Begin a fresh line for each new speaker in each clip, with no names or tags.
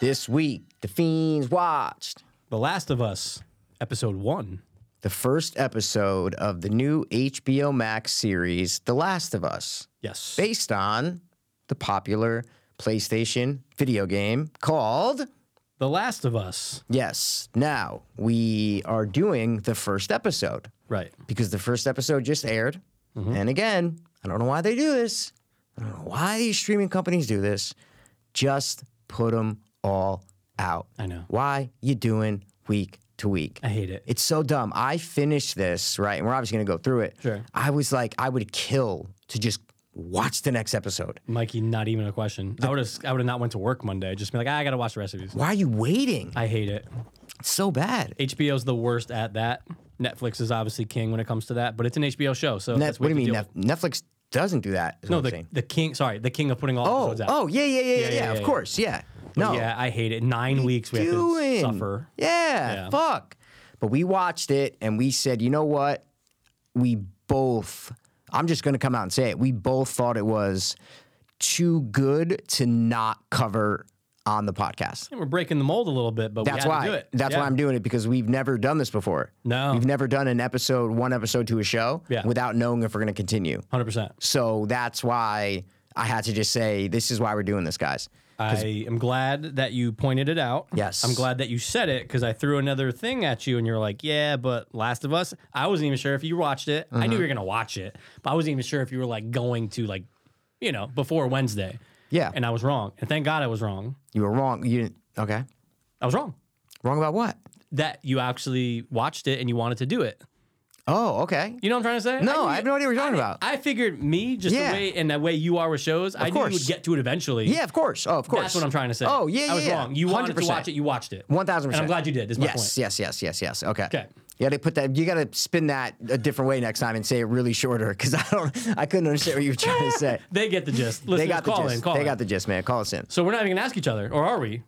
This week, the fiends watched
The Last of Us, episode one.
the first episode of the new HBO Max series, The Last of Us,
Yes.
based on the popular PlayStation video game called.
the Last of Us.
Yes, now we are doing the first episode
Right.
because the first episode just aired.
Mm-hmm.
And again, I don't know why they do this. I don't know why these streaming companies do this. Just put them all out.
I know.
Why you doing week to week?
I hate it.
It's so dumb. I finished this, right? And we're obviously going to go through it.
Sure.
I was like, I would kill to just watch the next episode.
Mikey, not even a question. I would have I would have not went to work Monday. Just be like, "Ah, I gotta watch the rest of these.
Why are you waiting?
I hate it.
It's so bad.
HBO's the worst at that. Netflix is obviously king when it comes to that, but it's an HBO show, so
Net,
that's
what do you mean?
deal
Nef- Netflix doesn't do that. is what
with. No,
I'm
the,
saying.
the king. Sorry, the king of putting all
Oh,
episodes out.
oh, yeah, yeah, yeah, yeah, yeah,
yeah,
Of
yeah.
course, yeah.
But
No,
yeah, I hate it. Nine weeks we
doing?
have to suffer.
Yeah,
Yeah.
fuck. But we watched it and we said, you know what? We both, I'm just going to come out and say it. We both thought it was too good to not cover on the podcast.
We're breaking the mold a little bit, but
That's
we had
why.
to do it.
That's
Yeah.
why I'm doing it because we've never done this before.
No.
We've never done an episode, one episode to a show
Yeah.
without knowing if we're going to continue.
Hundred percent.
So that's why I had to just say, this is why we're doing this, guys.
I am glad that you pointed it out.
Yes.
I'm glad that you said it because I threw another thing at you and you're like, yeah, but Last of Us, I wasn't even sure if you watched it.
Mm-hmm.
I knew you were going to watch it, but I wasn't even sure if you were like going to, like, you know, before Wednesday.
Yeah.
And I was wrong. And thank God I was wrong.
You were wrong. You didn't, okay.
I was wrong
Wrong about what?
that you actually watched it and you wanted to do it.
Oh, okay.
You know what I'm trying to say?
No,
knew
I have no idea what you're talking about.
I figured me, just
Yeah.
the way and the way you are with shows, I knew you
course.
would get to it eventually.
Yeah, of course. Oh, of course.
That's what I'm trying to say.
Oh, yeah, yeah.
I was
yeah.
wrong. You wanted to watch it. You watched it.
One thousand
And
percent.
I'm glad you did. Is my
yes,
point.
yes, yes, yes, yes. Okay.
Okay.
Yeah, they put that. You got to spin that a different way next time and say it really shorter because I don't. I couldn't understand what you were trying to say.
They get the gist. Listen,
They got the
call
gist.
in, call
they
in.
got the gist, man. Call us in.
so we're not even gonna ask each other, or are we?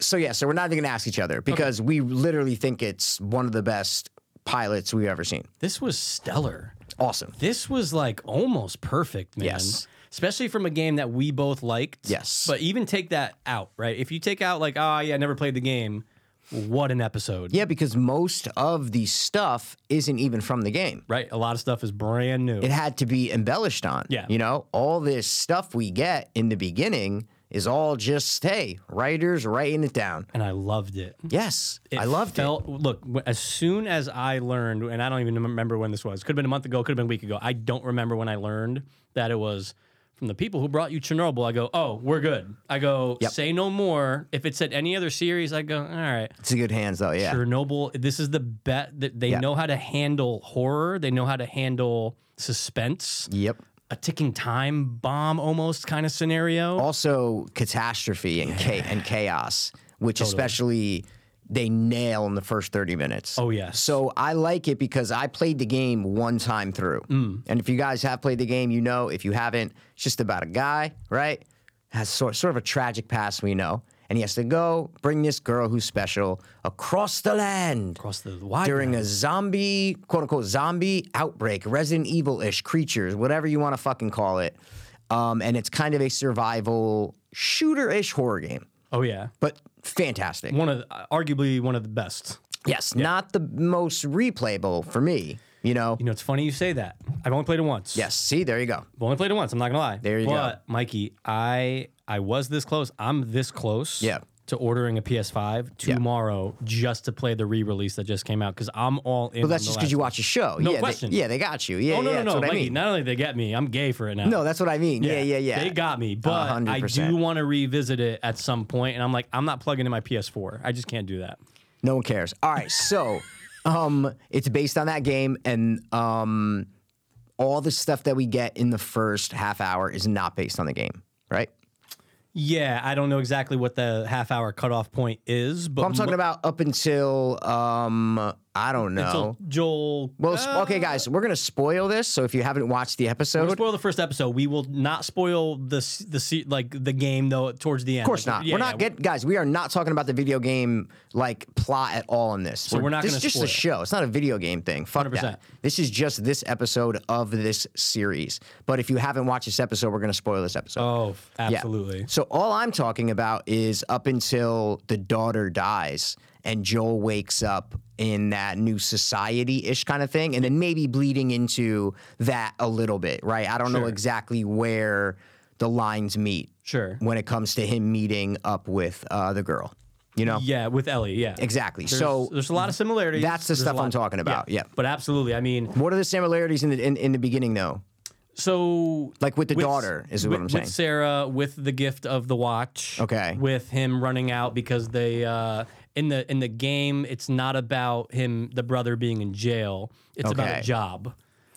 So yeah, so we're not even gonna ask each other because we literally think it's one of the best pilots we've ever seen.
This was stellar.
Awesome.
This was like almost perfect, man.
Yes.
Especially from a game that we both liked.
Yes.
But even take that out, right? If you take out like, oh yeah, I never played the game, what an episode.
Yeah, because most of the stuff isn't even from the game.
Right? A lot of stuff is brand new.
it had to be embellished on.
Yeah.
You know, all this stuff we get in the beginning is all just, hey, writers writing it down.
and I loved it.
Yes. I loved it.
felt, Look, w- as soon as I learned, and I don't even remember when this was. Could have been a month ago. Could have been a week ago. I don't remember when I learned that it was from the people who brought you Chernobyl. I go, oh, we're good. I go, say no more. If it said any other series, I go, all right.
It's a good hands though, yeah.
Chernobyl. This is the bet that they know how to handle horror. They know how to handle suspense.
Yep.
A ticking time bomb, almost kind of scenario.
Also catastrophe and cha- and chaos, which especially they nail in the first 30 minutes.
Oh, yes.
So I like it because I played the game one time through.
Mm.
And if you guys have played the game, you know. If you haven't, it's just about a guy, right? Has sort, sort of a tragic past, we know. And he has to go bring this girl who's special across the land
across the wide
during a zombie, quote unquote, zombie outbreak, Resident Evil ish creatures, whatever you want to fucking call it. Um, and it's kind of a survival shooter ish horror game,
Oh yeah,
but fantastic.
one of the, arguably one of the best.
Yes, not the most replayable for me, you know.
You know, it's funny you say that. I've only played it once.
Yes, see, there you go.
I've only played it once. I'm not gonna lie.
There you go.
But Mikey, I I was this close. I'm this close.
Yeah.
To ordering a PS5 tomorrow just to play the re-release that just came out because I'm all in.
But that's just because you watch a show.
No
yeah,
question.
They, yeah, they got you. Yeah,
Oh no
yeah,
no
that's
no,
what
Mikey!
I mean.
Not only they get me, I'm gay for it now.
no, that's what I mean. Yeah, yeah, yeah.
They got me, but I
100%.
do want to revisit it at some point, and I'm like, I'm not plugging in my PS4. I just can't do that.
No one cares. All right, so um, it's based on that game, and um, all the stuff that we get in the first half hour is not based on the game, right?
Yeah, I don't know exactly what the half hour cutoff point is, but
I'm talking about up until um, I don't know.
Until Joel.
well, s-
Uh,
okay, guys, we're gonna spoil this. So if you haven't watched the
We'll
episode,
spoil the first episode. We will not spoil the s- the se- like the game though towards the end.
Of course not. we're not get guys. We are not talking about the video game like plot at all in this. So
we're not
This is
gonna
just
spoil
a
it.
show. It's not a video game thing. Fuck
100%.
that. This is just this episode of this series. But if you haven't watched this episode, we're gonna spoil this episode.
Oh, f-
Yeah.
absolutely.
So all I'm talking about is up until the daughter dies and Joel wakes up in that new society-ish kind of thing, and then maybe bleeding into that a little bit, right? I don't know
Sure.
exactly where the lines meet
Sure.
when it comes to him meeting up with uh, the girl. You know?
Yeah, with Ellie. Yeah.
Exactly.
There's,
so
there's a lot of similarities.
that's the
There's a
stuff I'm
lot-
talking about. Yeah.
But absolutely. I mean,
What are the similarities in the in, in the beginning though?
so
Like with the daughter is
with,
what I'm saying.
With Sarah, with the gift of the watch.
Okay.
With him running out because they uh, in the in the game, it's not about him the brother being in jail. It's about
Okay.
a job.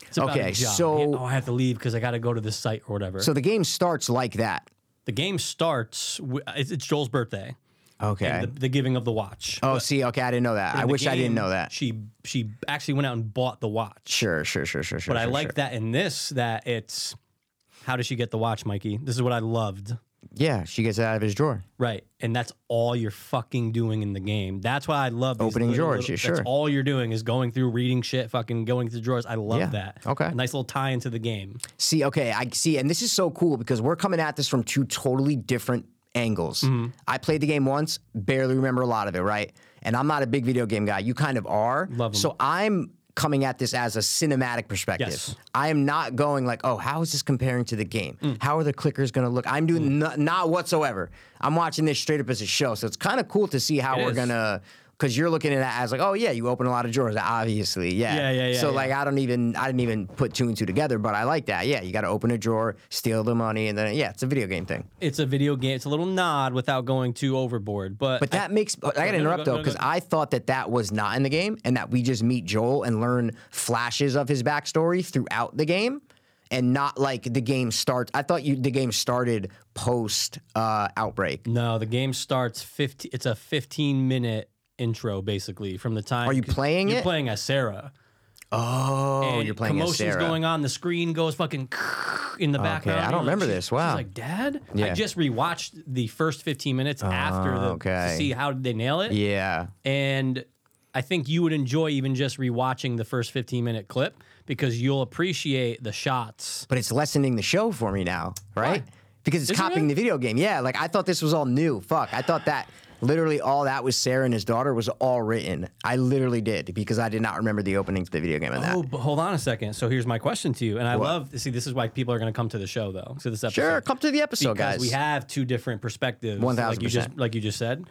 It's about
Okay,
a job.
so-
oh, I have to leave because I got to go to this site or whatever.
So the game starts like that.
the game starts. With, it's, it's Joel's birthday.
Okay.
The, the giving of the watch.
oh, see, okay, I didn't know that. I
the
wish I didn't
game,
know that.
She she actually went out and bought the watch.
Sure, sure, sure, sure, sure.
But I
sure,
like
sure.
that in this that it's how does she get the watch, Mikey? This is what I loved.
Yeah, she gets it out of his drawer.
Right. And that's all you're fucking doing in the game. That's why I love these
Opening
little-
drawers,
little-
yeah,
That's
sure.
all you're doing is going through, reading shit, fucking going through drawers. I love
Yeah,
that.
okay.
A nice little tie into the game.
See, okay, I see, and this is so cool because we're coming at this from two totally different angles.
Mm-hmm.
I played the game once, barely remember a lot of it, right? And I'm not a big video game guy. You kind of are.
Love 'em.
So I'm coming at this as a cinematic perspective.
Yes.
I am not going like, oh, how is this comparing to the game?
Mm.
How are the clickers going to look? I'm doing no- not whatsoever. I'm watching this straight up as a show, so it's kind of cool to see how
It
we're
is.
gonna. Because you're looking at it as like, oh yeah, you open a lot of drawers, obviously, yeah.
Yeah, yeah, yeah,
So
yeah.
like, I don't even, I didn't even put two and two together, but I like that. Yeah, you got to open a drawer, steal the money, and then yeah, it's a video game thing.
It's a video game. It's a little nod without going too overboard. But,
But that makes. I gotta
no,
interrupt
go-
though,
no,
because
go.
I thought that that was not in the game, and that we just meet Joel and learn flashes of his backstory throughout the game, and not like the game starts. I thought you the game started post uh, outbreak.
no, the game starts 15 it's a 15 minute intro basically from the time
Are you playing
you're
it?
playing as Sarah.
Oh,
and
you're playing as
commotions
Sarah.
going on. The screen goes fucking in the background.
I don't
You're like,
remember
she's-
this.
she's
Wow.
like, Dad, I
Yeah. Ah,
just rewatched the first 15 minutes after the
okay.
to see how did they nail it.
yeah.
And I think you would enjoy even just rewatching the first 15 minute clip because you'll appreciate the shots.
but it's lessening the show for me now, right? Because it's
Is it
copying
really?
the video game. Yeah, like I thought this was all new. Fuck, I thought that literally all that was Sarah and his daughter was all written. I literally did because I did not remember the opening to the video game and that.
Oh, but hold on a second. So here's my question to you, and I love see. This is why people are going to come to the show though. So this episode,
sure, come to the episode,
because
guys.
we have two different perspectives. like you
1000%.
just like you just said.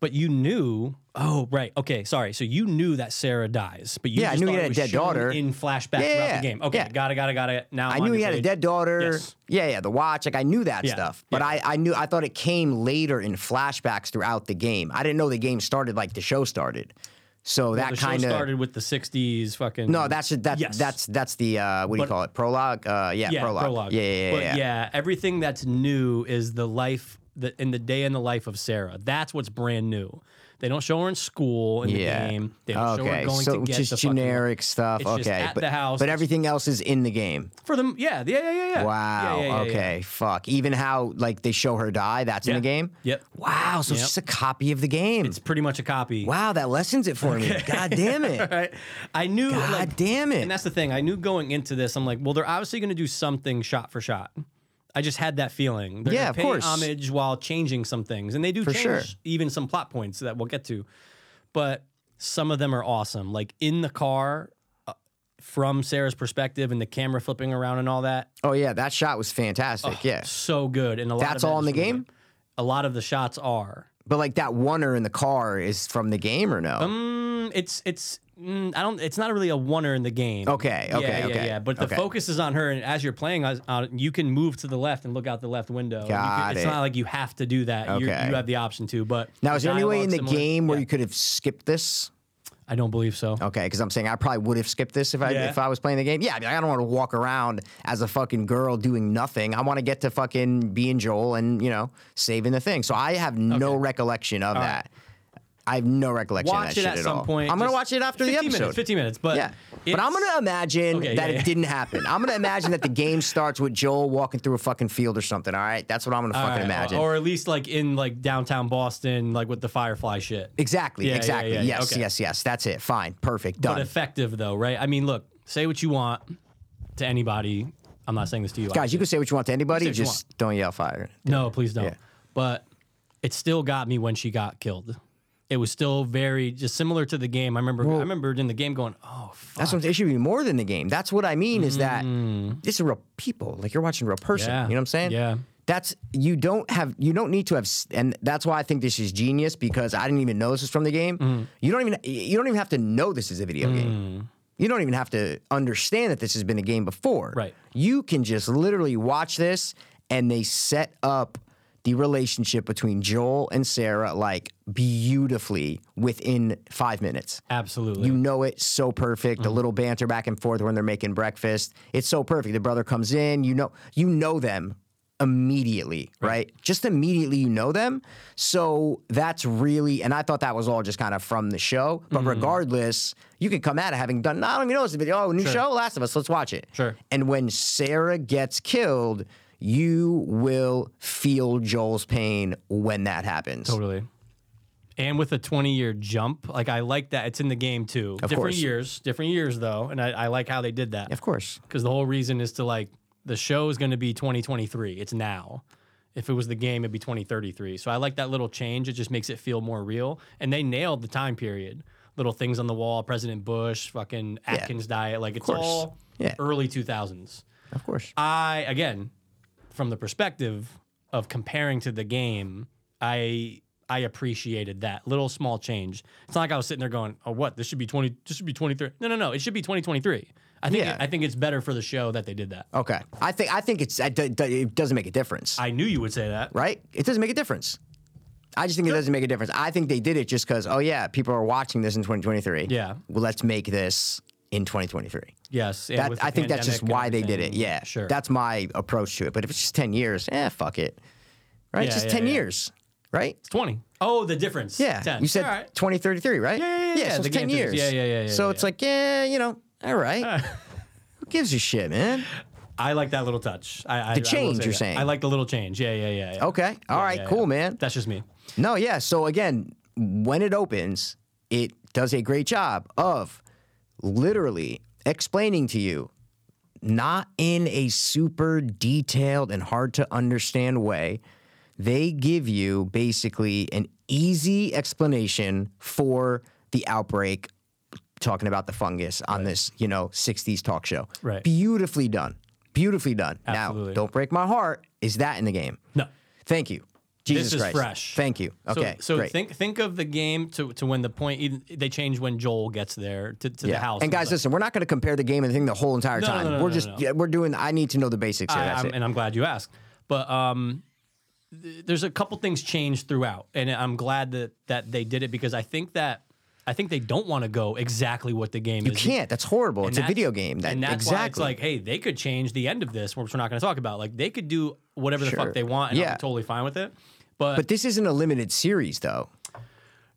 But you knew. Oh, right. Okay. Sorry. So you knew that Sarah dies, but you
Yeah, I
just
knew he
thought
had
it
a
was
dead
shown
daughter.
in flashback
Yeah,
throughout
yeah,
the game. Okay.
yeah.
Got it. Got it. Got it. Now
I
I'm on
knew he
your
had a
page.
dead daughter.
Yes.
Yeah, yeah, the watch. Like I knew that
Yeah,
stuff. But I, I knew I thought it came later in flashbacks throughout the game. I didn't know the game started like the show started. So that
The show
kind of
started with the '60s fucking.
no, that's that,
Yes.
that's that's the uh, what do you
But-
call it? Prologue. Uh, yeah,
yeah,
prologue.
prologue.
Yeah, yeah, yeah.
But
yeah.
yeah. everything that's new is the life the, in the day in the life of Sarah. That's what's brand new. They don't show her in school in
Yeah.
the game. They don't show her going
so
to get
just
the fucking-
generic stuff.
It's
okay,
just at
but,
the house.
but
It's-
everything else is in the game.
for them. Yeah, yeah, yeah, yeah. yeah.
Wow.
Yeah, yeah, yeah, yeah.
okay. Fuck. Even how like they show her die. That's in
Yeah.
the game.
Yep.
Wow. So
Yep.
it's just a copy of the game.
It's pretty much a copy.
wow. That lessens it for me. God damn it.
Right? I knew.
God
like,
damn it.
And that's the thing. I knew going into this, I'm like, well, they're obviously going to do something shot for shot. I just had that feeling. They're
Yeah,
gonna
of
pay
course.
Homage while changing some things, and they do change
sure.
even some plot points that we'll get to. But some of them are awesome. Like in the car, uh, from Sarah's perspective, and the camera flipping around and all that.
Oh yeah, that shot was fantastic. yeah.
So good. And a lot.
That's
of that
all in
is
the
from
game?
A lot of the shots are.
But like that oneer in the car is from the game or no?
Mm, it's it's mm, I don't. It's not really a oneer in the game.
Okay, okay,
yeah, Yeah,
okay,
yeah. But the
okay.
focus is on her, and as you're playing, as- on, you can move to the left and look out the left window. You can-
Got
it's
it.
not like you have to do that. you
Okay.
you have the option to. But
now is there any way in the
dialogue's similar.
game where
Yeah.
you Oh, could have skipped this?
I don't believe so.
Okay, because I'm saying I probably would have skipped this if I
Yeah.
if I was playing the game. Yeah, I, mean, I don't want to walk around as a fucking girl doing nothing. I want to get to fucking being Joel and you know saving the thing. So I have no recollection of that. I have no recollection of
Watch
that
it
shit
at
at
some
all.
point.
I'm gonna
Just
watch it after the
15
episode.
Minutes, Fifteen minutes, but
Yeah. But I'm
it's-
going to imagine
Okay,
that it
yeah, yeah.
didn't happen. I'm going to imagine that the game starts with Joel walking through a fucking field or something, all right? That's what I'm going to
all
fucking
right,
imagine.
or, or at least like in like downtown Boston, like with the Firefly shit.
exactly,
Yeah, yeah,
exactly.
yeah, yeah,
yes,
okay.
yes, yes. That's it. Fine. Perfect.
But
Done.
effective though, right? I mean, look, say what you want to anybody. I'm not saying this to you,
Guys, you can say what you want to anybody,
You say what you
just don't yell fire.
No, please don't.
Yeah.
But it still got me when she got killed. It was still very just similar to the game. I remember. I remember in the game going, "Oh, fuck. Mm.
That's what it should be more than the game. That's what I mean is that it's a real people. Like you're watching a real person.
Yeah.
You know what I'm saying?
Yeah.
That's you don't have you don't need to have s- and that's why I think this is genius because I didn't even know this was from the game.
Mm.
You don't even you don't even have to know this is a video game. You don't even have to understand that this has been a game before.
Right.
You can just literally watch this and they set up the relationship between Joel and Sarah like beautifully within 5 minutes.
absolutely."
You know it so perfect.
Mm-hmm.
The little banter back and forth when they're making breakfast. It's so perfect. The brother comes in, you know you know them immediately, right? Just immediately you know them. So that's really and I thought that was all just kind of from the show. But
Mm-hmm.
regardless, you can come at it having done I don't even know this video. Oh, new show, Last of Us, let's watch it.
Sure.
And when Sarah gets killed, you will feel Joel's pain when that happens.
Totally. And with a 20 year jump, like I like that. It's in the game too. different
course.
years, different years though. And I, I like how they did that.
Of course.
Because the whole reason is to like, the show is going to be 2023. It's now. If it was the game, it'd be 2033. So I like that little change. It just makes it feel more real. And they nailed the time period. Little things on the wall, President Bush, fucking Atkins diet. Like it's
course.
all
Yeah.
early 2000s.
Of course.
I again, from the perspective of comparing to the game, I I appreciated that little small change. It's not like I was sitting there going, "Oh, what? This should be twenty. This should be twenty three. No, no, no. It should be twenty twenty three. I think
Yeah.
I think it's better for the show that they did that.
Okay. I think I think it's it do- do- it doesn't make a difference.
I knew you would say that.
right? It doesn't make a difference. I just think it doesn't make a difference. I think they did it just because, oh yeah, people are watching this in 2023.
Yeah.
well, let's make this in 2023.
Yes, and
That,
with the
I think that's just
pandemic and
why they did it.
everything,
Yeah,
sure.
That's my approach to it. But if it's just 10 years, eh, fuck it. Right? it's
Yeah,
just
yeah,
10
yeah.
years, right?
twenty. Oh, the difference.
Yeah.
Ten.
You said
All right.
2033, right?
yeah, yeah, yeah,
so
the
it's 10
game
years.
things. Yeah, yeah, yeah, yeah,
So
yeah,
it's like, yeah, you know, all right. Who gives a shit, man?
I like that little touch. I, I, the
change, you're saying. Oh.
I like the little change. Yeah, yeah, yeah. yeah.
Okay. all right.
yeah,
cool,
yeah.
man.
That's just me.
No, yeah. So again, when it opens, it does a great job of literally explaining to you, not in a super detailed and hard to understand way. They give you basically an easy explanation for the outbreak, talking about the fungus on this, you know, 60s talk show.
Right.
Beautifully done. Beautifully done. Now,
Absolutely.
Don't Break My Heart, is that in the game?
No.
Thank you. Jesus
is
Christ.
fresh.
Thank you.
So-
Okay.
So,
great.
think think of the game to, to when the point even- they change when Joel gets there to, to the
Yeah.
house.
And guys, listen, we're not going to compare the game and thing the whole entire
No, no,
time.
no, no,
we're
no,
just
no.
yeah, we're doing. I need to know the basics. here.
I-
That's
I'm-
it.
and I'm glad you asked. But um, th- there's a couple things changed throughout, and I'm glad that that they did it because I think that I think they don't want to go exactly what the game
you
is.
can't. That's horrible. It's a
that's-
video game. That
and that's
exactly.
why it's like, hey, they could change the end of this, which we're not going to talk about. Like they could do whatever the
Sure.
fuck they want, and
Yeah.
I'm totally fine with it.
but this isn't a limited series, though.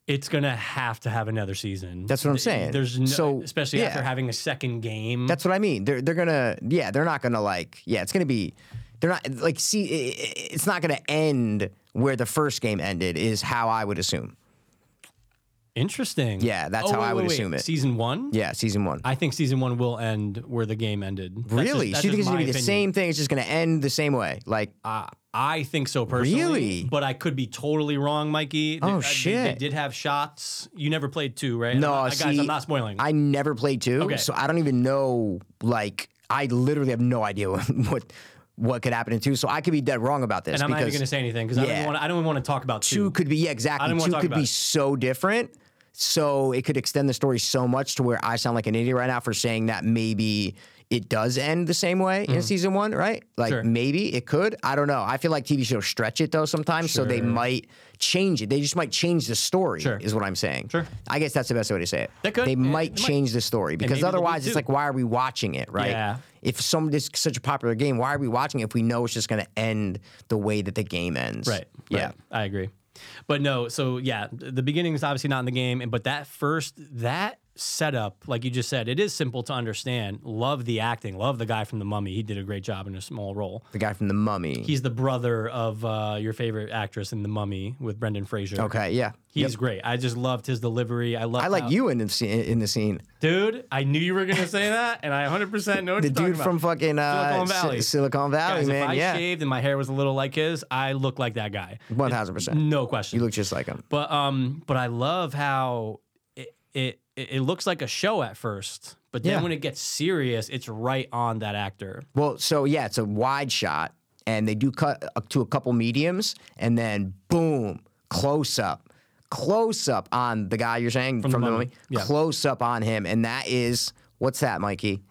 it's gonna have to have another season.
That's what I'm
Th-
saying.
There's no,
So,
especially
yeah.
after having a second game.
That's what I mean. They're they're gonna yeah. They're not gonna like yeah. It's gonna be. They're not like see. i- i- It's not gonna end where the first game ended. Is how I would assume.
interesting. Oh,
Yeah, that's how I would assume it.
Season one.
Yeah, season one.
I think season one will end where the game ended. That's just-
really?
that's
so you think it's
just
gonna be
my
the
opinion.
same thing? It's just gonna end the same way? Like
Uh, I think so personally.
Really?
But I could be totally wrong, Mikey. They-
Oh,
uh, they, They,
shit.
did have shots. You never played two, right?
No,
I'm not- guys,
see,
I'm not spoiling.
I never played two,
Okay.
so I don't even know. Like, I literally have no idea what what, what could happen in two. So I could be dead wrong about this
and I'm not even
because
going to say anything because
Yeah.
I don't want to talk about
two could be yeah exactly
don't wanna
two
talk
could
about
be
it.
so different. So it could extend the story so much to where I sound like an idiot right now for saying that maybe it does end the same way in season one, right? Like
Mm-hmm. Sure.
maybe it could. I don't know. I feel like TV shows stretch it though sometimes, so they
Sure.
might change it. They just might change the story,
Sure.
is what I'm saying.
Sure.
I guess that's the best way to say it.
That could-
They
yeah,
might
they might.
change the story because
maybe they'll do
otherwise it's
two.
like why are we watching it, right?
Yeah.
If some this is such a popular game, why are we watching it if we know it's just going to end the way that the game ends?
Right.
Yeah.
right. I agree. But no, so yeah, th- the beginning is obviously not in the game, and but that first that setup, like you just said, it is simple to understand. Love the acting, love the guy from the Mummy. He did a great job in a small role.
The guy from the Mummy.
He's the brother of uh, your favorite actress in the Mummy with Brendan Fraser.
okay, yeah.
he's great. I just loved his delivery. I love.
I like you in the scene. In the scene,
dude. I knew you were gonna say that, and I 100 percent know what
the
you're talking
dude
about.
from fucking uh,
Silicon Valley.
Si- Silicon Valley,
Guys,
man.
if I
yeah,
shaved and my hair was a little like his, I look like that guy.
one thousand percent.
No question.
You look just like him.
But um, but I love how it it, it looks like a show at first, but then
Yeah.
when it gets serious, it's right on that actor.
Well, so yeah, it's a wide shot, and they do cut up to a couple mediums, and then boom, close up, close up on the guy you're saying from, the
Mummy,
movie,
yeah.
close up on him, and that is what's that, Mikey?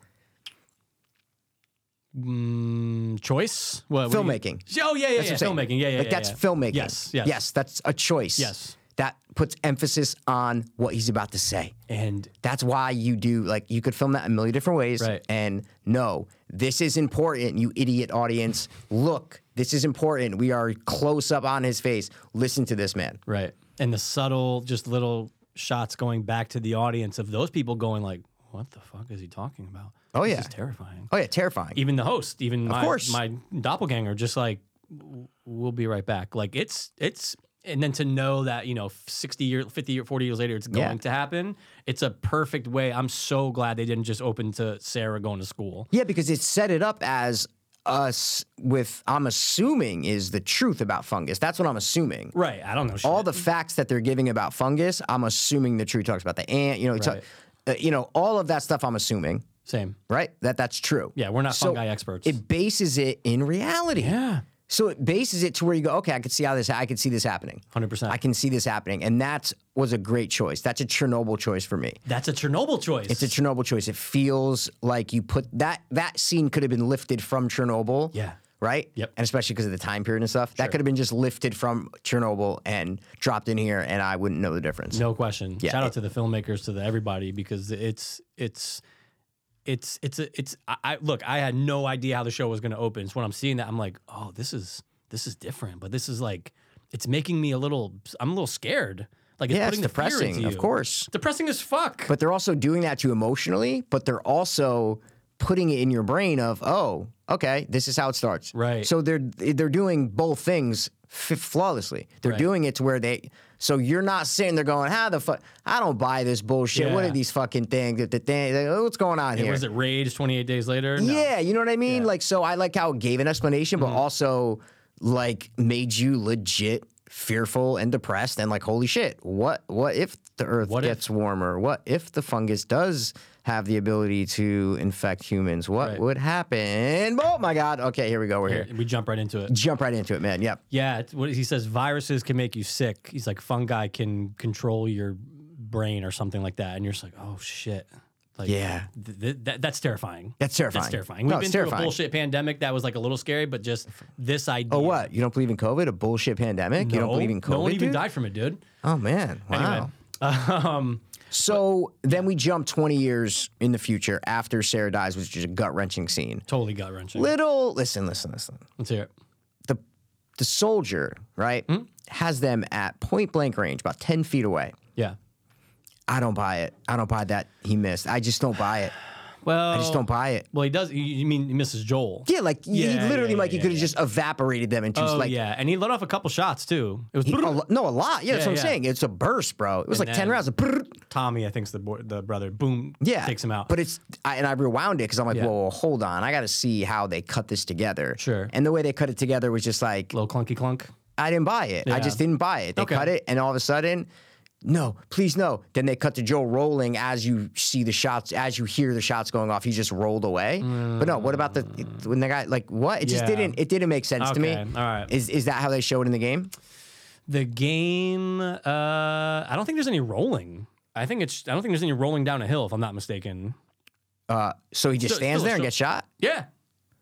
Mm, choice? What, what do you-
Filmmaking.
oh yeah, yeah, yeah.
That's what I'm saying.
Filmmaking. Yeah, yeah,
Like
yeah,
that's
yeah.
filmmaking.
Yes, yes,
yes. That's a choice.
Yes.
That puts emphasis on what he's about to say.
And
That's why you do like you could film that a million different ways.
Right.
And no, this is important, you idiot audience. Look, this is important. We are close up on his face. Listen to this man.
right, and the subtle, just little shots going back to the audience of those people going like, "What the fuck is he talking about?"
Oh,
this
yeah.
is terrifying.
Oh yeah, terrifying.
even the host, even my
course.
my doppelganger, just like w- we'll be right back. Like it's it's and then to know that you know sixty year, fifty year, forty years later, it's
Yeah.
going to happen. It's a perfect way. I'm so glad they didn't just open to Sarah going to school.
Yeah, because it set it up as us with I'm assuming is the truth about fungus. That's what I'm assuming.
Right. I don't know. Shit.
all the facts that they're giving about fungus, I'm assuming the true talks about the ant, you know, he talk-
Right.
uh, you know, all of that stuff I'm assuming,
same.
right? That that's true.
Yeah, we're not
So
fungi experts.
It bases it in reality.
yeah.
So it bases it to where you go, okay, I could see how this I could see this happening.
100%.
I can see this happening. And that was a great choice. That's a Chernobyl choice for me.
That's a Chernobyl choice.
It's a Chernobyl choice. It feels like you put that that scene could have been lifted from Chernobyl.
Yeah.
Right?
Yep.
And especially because of the time period and stuff. That could have been just lifted from Chernobyl and dropped in here and I wouldn't know the difference.
No question.
Yeah,
Shout out
it-
to the filmmakers, to the everybody, because it's it's it's it's a, it's I, I look. I had no idea how the show was going to open. So when I'm seeing that, I'm like, oh, this is this is different. But this is like, it's making me a little. I'm a little scared. Like it's
Yeah, it's
putting the fear into
depressing, of
you.
course.
Depressing as fuck.
But they're also doing that to you emotionally, but they're also putting it in your brain of, oh, okay, this is how it starts.
Right.
So they're they're doing both things f- flawlessly. They're doing it to where they so you're not sitting there going, how the fuck I don't buy this bullshit. What
Yeah.
are these fucking things? That the thing like, what's going on here?
was it Rage? 28 days later. No. Mm-hmm.
Yeah, you know what I mean? Like, so I like how it gave an explanation, but also like made you legit fearful and depressed and like, holy shit, what what if the earth
What if-
gets warmer? What if the fungus does have the ability to infect humans? What
Right.
would happen? Oh my god. Okay, here we go. We're here.
We jump right into it.
Jump right into it, man. Yep.
Yeah, it's what he says viruses can make you sick. He's like fungi can control your brain or something like that, and you're just like, oh shit. Like,
Yeah.
th- th- that, that's terrifying.
That's terrifying.
That's terrifying. We've
No,
been
it's
through a
terrifying.
bullshit pandemic that was like a little scary, but just this idea.
Oh, what? You don't believe in COVID? A bullshit pandemic? you don't
No,
believe in COVID?
No one even
dude?
died from it, dude.
Oh man. Wow.
Anyway, um,
So then we jump 20 years in the future after Sarah dies, which is a gut wrenching scene.
totally gut wrenching.
Little, listen, listen, listen.
Let's hear it.
The the soldier, right,
Hmm?
has them at point blank range, about 10 feet away.
Yeah.
I don't buy it. I don't buy that he missed. I just don't buy it.
Well,
I just don't buy it.
Well, he does. You you mean Mrs. Joel?
Yeah, like
Oh. Yeah,
he literally,
yeah,
like he
yeah,
could have
yeah.
just evaporated them into
Oh,
like
yeah. And he let off a couple shots too. It was
a lo- no, a lot. Yeah, that's
Yeah,
what I'm
yeah.
saying. It's a burst, bro. It was like ten
then-
rounds. Of brrr.
Tommy, I think's the boy, the brother. Boom.
yeah,
Takes him out.
But it's I, and I rewound it because I'm like,
Yeah.
well, hold on, I got to see how they cut this together.
Sure.
And the way they cut it together was just like
little clunky clunk.
I didn't buy it.
Yeah.
I just didn't buy it. They
Okay.
cut it, and all of a sudden, no, please no. Then they cut to Joe rolling as you see the shots, as you hear the shots going off. He just rolled away. But no, what about the when the guy like what? It just
Yeah.
didn't. It didn't make sense to me.
Okay, all right.
Is is that how they show it in the game?
The game. Uh, I don't think there's any rolling. I think it's. I don't think there's any rolling down a hill, if I'm not mistaken.
Uh, so he just
Still-
stands
still-
there and
still-
gets shot,
Yeah,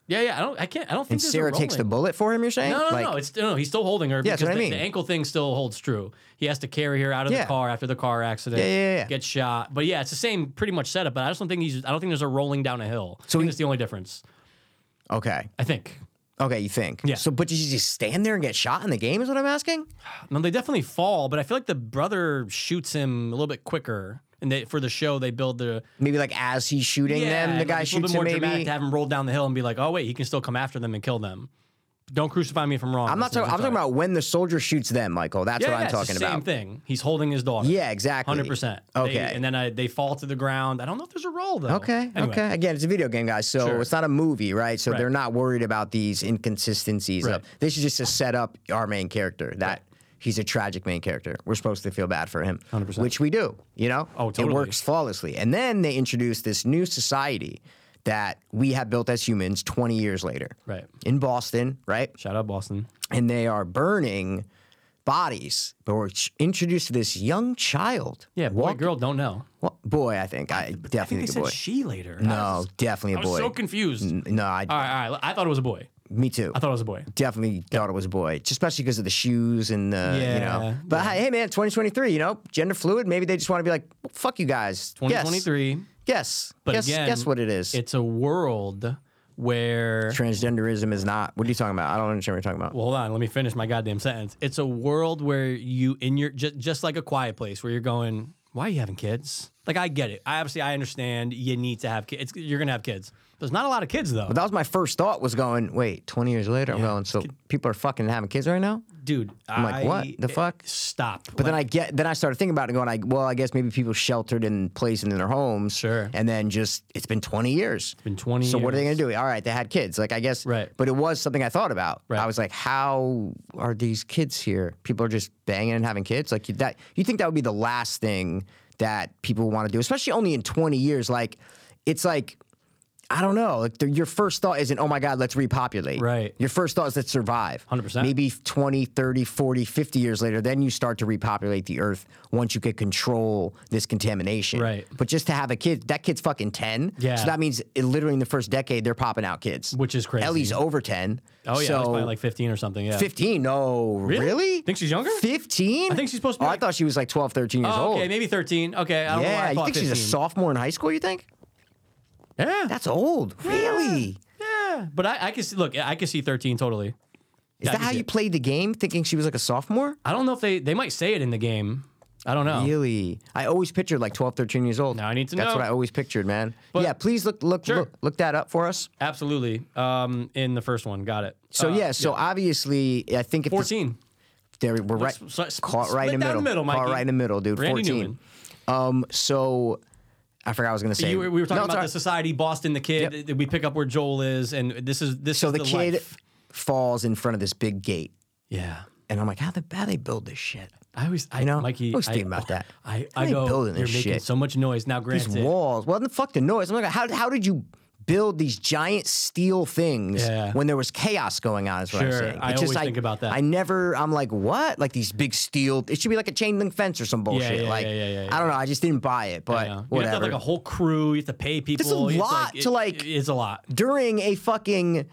yeah, yeah. I don't. I can't. I don't think.
and
there's a
Sarah takes the
rolling.
bullet for him. You're saying?
No, no,
like,
no. It's no. He's still holding her.
Yeah, that's
because
what I
the-
mean.
The ankle thing still holds true. He has to carry her out of the
Yeah.
car after the car accident.
Yeah, yeah, yeah.
Get shot. But yeah, it's the same pretty much setup. But I just don't think he's. I don't think there's a rolling down a hill. So I think
he-
that's the only difference.
Okay.
I think.
Okay, you think?
Yeah.
So, but you just stand there and get shot in the game is what I'm asking.
No, they definitely fall, but I feel like the brother shoots him a little bit quicker. And they, for the show, they build the
Maybe like as he's shooting them, the
like,
guy
it's a little
shoots
bit
him.
more
Maybe
dramatic to have him roll down the hill and be like, "Oh wait, he can still come after them and kill them." Don't crucify me if I'm wrong.
I'm not
listeners,
talking. I'm talking
sorry.
about when the soldier shoots them, Michael. That's
Yeah,
what
yeah,
I'm
it's the
talking about.
Same thing. He's holding his dog.
Yeah, exactly.
hundred percent.
Okay.
and then I, they fall to the ground. I don't know if there's a roll though.
Okay.
Anyway,
Okay. Again, it's a video game, guys, so
Sure.
it's not a movie, right? So
Right.
they're not worried about these inconsistencies. of-
Right.
this is just to set up our main character that he's a tragic main character. We're supposed to feel bad for him,
100%.
which we do. You know,
Oh, totally.
it works flawlessly. And then they introduce this new society that we have built as humans 20 years later,
Right.
In Boston, right?
Shout out Boston.
and they are burning bodies. But we're ch- introduced to this young child.
Yeah, boy,
Walk-
girl, don't know.
Well, boy, I think I
I think
definitely
they
think a
said
boy.
she later. I
no,
was,
definitely
I
a
was
boy.
so confused.
N- no, I,
All right, all right. I thought it was a boy.
me too.
Uh, I thought it was a boy.
definitely thought it was a boy, just especially because of the shoes and the you
Yeah,
know. But hey, hey, man, 2023, you know, gender fluid. Maybe they just want to be like, well, fuck you guys. Guess.
2023.
Guess.
But
guess,
again,
guess what it is.
It's a world where.
Transgenderism is not. What are you talking about? I don't understand what you're talking about.
Well, hold on. Let me finish my goddamn sentence. It's a world where you in your just, just like a quiet place where you're going. Why are you having kids? Like I get it. I obviously I understand. You need to have kids. You're gonna have kids. There's not a lot of kids though.
but that was my first thought. Was going. Wait, 20 years later, I'm going. So people are fucking having kids right now.
dude.
I'm like, what
I-
the fuck?
Stop.
But then I get then I started thinking about it, and going, I, well, I guess maybe people sheltered in place and in their homes,
Sure.
And then just it's been twenty years. It's
been 20
So what are they going
years.
to do? All right, they had kids. Like I guess,
Right.
But it was something I thought about.
Right.
I was like, how are these kids here? People are just banging and having kids. Like you, that, you think that would be the last thing that people want to do, especially only in twenty years. Like it's like. I don't know. Like the, your first thought isn't, oh my God, let's repopulate.
Right.
Your first thought is let's survive.
100%.
Maybe maybe 20, 30, 40, 50 years later, then you start to repopulate the earth once you could control this contamination.
Right.
But just to have a kid, that kid's fucking 10.
Yeah.
So that means it, literally in the first decade, they're popping out kids.
Which is crazy.
Ellie's over 10.
Oh yeah,
So
it's probably like 15 or something. Yeah.
15. No, really?
Think she's younger?
15?
I think she's supposed to be
Oh, I
like-
thought she was like 12, 13 years
Oh,
old.
okay, maybe 13. Okay, I don't know why
yeah.
I
You
thought
think
15.
she's a sophomore in high school, you think?
Yeah.
That's old. Really?
yeah. But I, I can see. Look, I can see 13 totally.
Is
Yeah, I
that
can
how
see
you
it.
played the game, thinking she was like a sophomore?
I don't know if they they might say it in the game. I don't know.
Really? I always pictured like 12, 13 years old.
Oh. Now I need to
That's
know.
what I always pictured, man.
But-
yeah, please look look,
Sure.
look look that up for us.
Absolutely. Um, in the first one, got it.
So
Uh,
yeah, so obviously I think if this-
14.
there we're right
Let's- so- sp-
caught right in
split down the middle,
caught
Mikey.
right in the middle, dude.
Randy
14.
Newman.
Um so I forgot what I was going to say.
You, were- we were talking
No, it's
about
all
the
right.
society, Boston, the kid. that We pick up where Joel is, and this is this
So
is
the,
the
kid
life.
falls in front of this big gate
Yeah.
and I'm like how the how they build this shit?
I always, I
You know,
Mikey,
I always think about that.
I,
How
I
they
go,
building
you're
this
making
shit?
so much noise. Now,
These
granted,
walls. Well, then fuck the noise. I'm like how how did you build these giant steel things
Yeah.
when there was chaos going on is what I'm
Sure,
saying.
I
It's
always think about that.
I never I'm like, what? Like these big steel it should be like a chain link fence or some bullshit.
yeah,
like
yeah, yeah, yeah,
I don't know, I just didn't buy it, but
you know, you have to have
whatever.
like a whole crew. You have to pay people. It's
lot
it-
to, like-
It's a lot.
During a fucking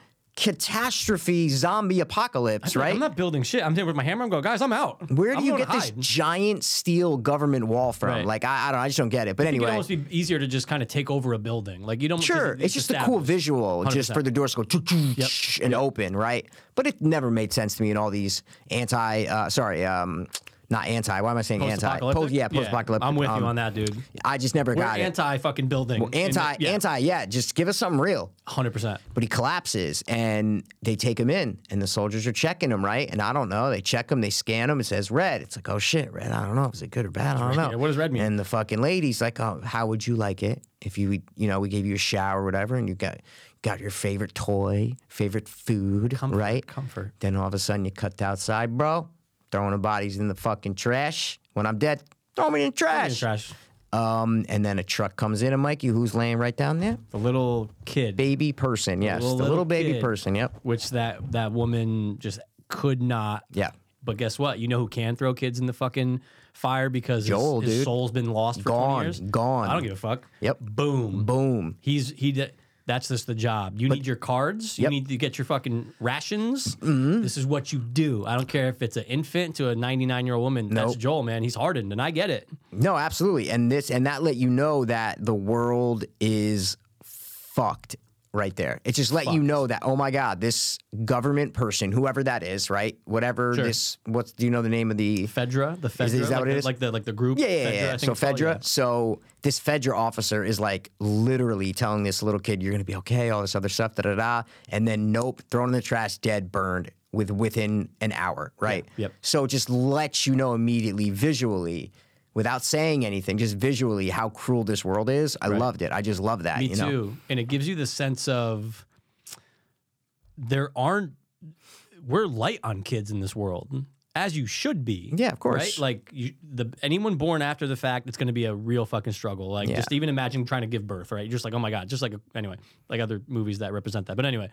catastrophe zombie apocalypse, right?
I'm not building shit. I'm there with my hammer. I'm going, guys. I'm out.
Where do
I'm
you
going
get
to
this
hide.
giant steel government wall from?
Right.
Like I, I don't I just don't get it. But
It
anyway.
could almost be easier to just kind of take over a building. Like you don't. 'cause
Sure, it's just a cool
established.
visual, just for the doors to go choo- choo- shh, and open, right? But it never made sense to me in all these anti, uh, sorry, um, not anti. Why am I saying anti?
Post-apocalyptic?
Post, yeah, post-apocalyptic.
I'm with
um,
you on that, dude.
I just never
We're
got it.
anti fucking building.
Anti, anti, yeah. Just give us something real.
Hundred percent.
But he collapses, and they take him in, and the soldiers are checking him, right? And I don't know. They check him, they scan him. It says red. It's like, oh shit, red. I don't know. Is it good or bad? I don't know.
Yeah, what does red mean?
And the fucking lady's like, oh, how would you like it if you, you know, we gave you a shower or whatever, and you got got your favorite toy, favorite food, right?
comfort.
Then all of a sudden you cut to outside, bro, throwing the bodies in the fucking trash. When I'm dead, throw me in the trash.
Trash.
Um, and then a truck comes in, and Mikey, who's laying right down there?
The little kid,
Baby person, yes,
little-
the little
little
baby
kid.
person. Yep.
which that that woman just could not.
Yeah.
But guess what? You know who can throw kids in the fucking fire because
Joel,
his, his
dude.
soul's been lost for 20
Gone,
years?
gone.
I don't give a fuck.
Yep.
Boom.
Boom.
He's he. d- That's just the job. You need your cards. You
Yep. Mm-hmm.
need to get your fucking rations. This is what you do. I don't care if it's an infant to a 99 year old woman. That's
Nope.
Joel, man. He's hardened, and I get it.
No, absolutely. And this and that let you know that the world is fucked right there. It just let you know that, oh my God, this government person, whoever that is, right? Whatever
Sure.
this, what's, do you know the name of the?
Fedra, the Fedra,
is that
like,
what it
the,
is?
like the like the group.
Yeah, yeah,
Fedra,
yeah.
I think
So
it's called,
Fedra. So this Fedra officer is like literally telling this little kid, "You're gonna be okay." All this other stuff, da da da. And then, nope, thrown in the trash, dead, burned with within an hour, right?
yep.
So it just lets you know immediately, visually, without saying anything, just visually how cruel this world is. I loved it. I just love that.
Me
you know?
too. And it gives you the sense of there aren't we're light on kids in this world, as you should be.
Yeah, of course.
Right? Like you, the anyone born after the fact, it's going to be a real fucking struggle. Like just even imagine trying to give birth, right? You're just like, oh my god, just like anyway, like other movies that represent that. But anyway,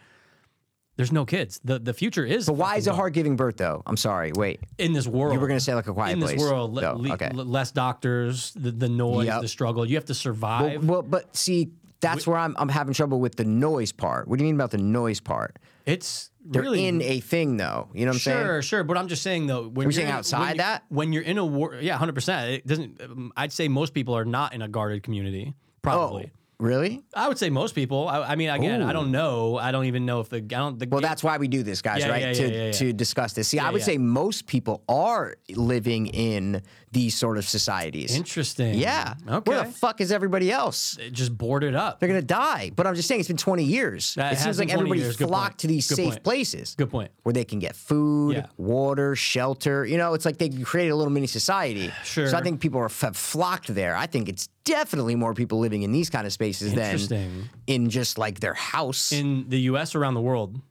there's no kids. the The future is.
But why is it hard giving birth though? I'm sorry. Wait,
in this world?
you were gonna say like a quiet
in this
place.
world, le-
though.
le-
okay.
le- less doctors, the, the noise,
Yep.
the struggle. You have to survive.
well, but see, that's where I'm I'm having trouble with the noise part. What do you mean about the noise part?
it's
They're
really
in a thing though. You know what I'm saying?
Sure, sure. But I'm just saying though, when
Are we
you're
saying
in-
outside
when you-
that?
when you're in a war, yeah, hundred percent. It doesn't. um, I'd say most people are not in a guarded community. Probably,
Oh, Really?
I would say most people. I, I mean, again, I don't know. I don't even know if the I don't. The,
Well, that's why we do this, guys,
Yeah,
right?
yeah, yeah,
to
yeah, yeah.
to discuss this. See, I would
yeah.
say most people are living in these sort of societies.
interesting.
Yeah. Where
Okay.
the fuck is everybody else?
It just boarded up.
They're gonna die. But I'm just saying, it's been 20 years.
Yeah, it
it
has
seems
been
like
20
everybody
years. Good point.
flocked to these
Good
safe
point.
places.
Good point.
Where they can get food,
Yeah.
water, shelter. You know, it's like they created a little mini society.
Sure.
So I think people are, have flocked there. I think it's definitely more people living in these kind of spaces than
Interesting.
in just like their house.
In the U.S. around the world,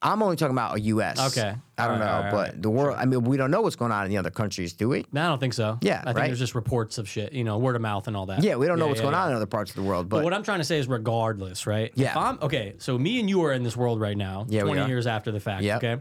I'm only talking about a U.S.
Okay.
I don't
All right,
know,
all right, all
but the world. I mean, we don't know what's going on in the other countries, do we?
no, I don't think so.
Yeah,
I think
right?
there's just reports of shit. You know, word of mouth and all that.
Yeah, we don't know what's
yeah,
going
yeah.
on in other parts of the world, but,
But what I'm trying to say is, regardless, right?
Yeah.
If I'm okay, so me and you are in this world right now,
Yeah, we
20
are.
years after the fact.
Yep.
Okay.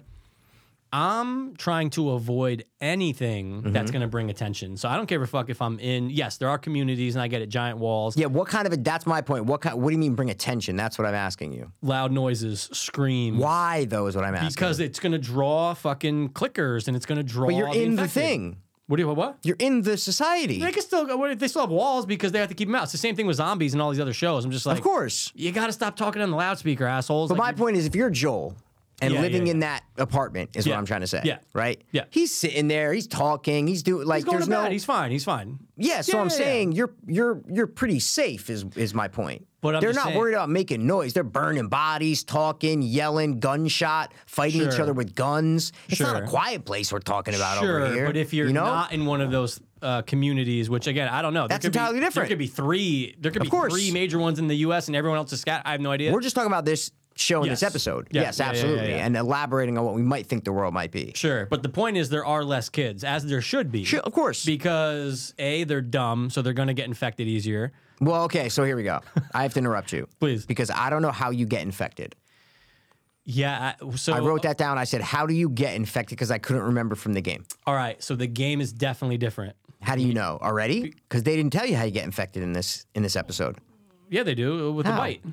I'm trying to avoid anything
Mm-hmm.
that's going to bring attention. So I don't give a fuck if I'm in. Yes, there are communities, and I get it. Giant walls,
yeah, what kind of a, that's my point. What kind? What do you mean bring attention? That's what I'm asking you.
loud noises, screams.
Why though is what I'm asking.
Because it's going to draw fucking clickers, and it's going to draw.
but you're in the
infected.
thing.
What do you what?
You're in the society.
They can still go. what if They still have walls because they have to keep them out. It's the same thing with zombies and all these other shows. I'm just like,
of course.
you got to stop talking on the loudspeaker, assholes.
But my point is, if you're Joel and
Yeah, yeah,
living
yeah.
in that apartment, is
Yeah.
what I'm trying to say.
Yeah.
Right.
Yeah.
He's sitting there. He's talking. He's doing like
he's going
there's
to bed.
no.
He's fine. He's fine.
Yeah, so
Yeah,
I'm
yeah, yeah.
saying you're you're you're pretty safe is is my point.
But I'm
they're
just
not
saying-
worried about making noise. They're burning bodies, talking, yelling, gunshot, fighting each
Sure.
other with guns. It's not
Sure.
a quiet place we're talking about over
Sure,
here.
but if you're
you know?
not in one of those uh, communities, which again I don't know, there
That's
could be-
entirely different.
There could be three. There could be
course.
three major ones in the U.S. and everyone else is scat. I have no idea.
we're just talking about this show in this
Yes.
episode.
Yeah,
Yes,
yeah, yeah, yeah,
absolutely,
yeah.
and elaborating on what we might think the world might be.
sure, but the point is there are less kids, as there should be.
Sure, of course.
because a they're dumb, so they're going to get infected easier.
well, okay, so here we go. I have to interrupt you,
Please.
because I don't know how you get infected.
Yeah. I- So
I wrote that down. I said, "How do you get infected?" Because I couldn't remember from the game.
All right. So the game is definitely different.
How do you know already? Because they didn't tell you how you get infected in this in this episode.
Yeah, they do uh, with the
How?
bite.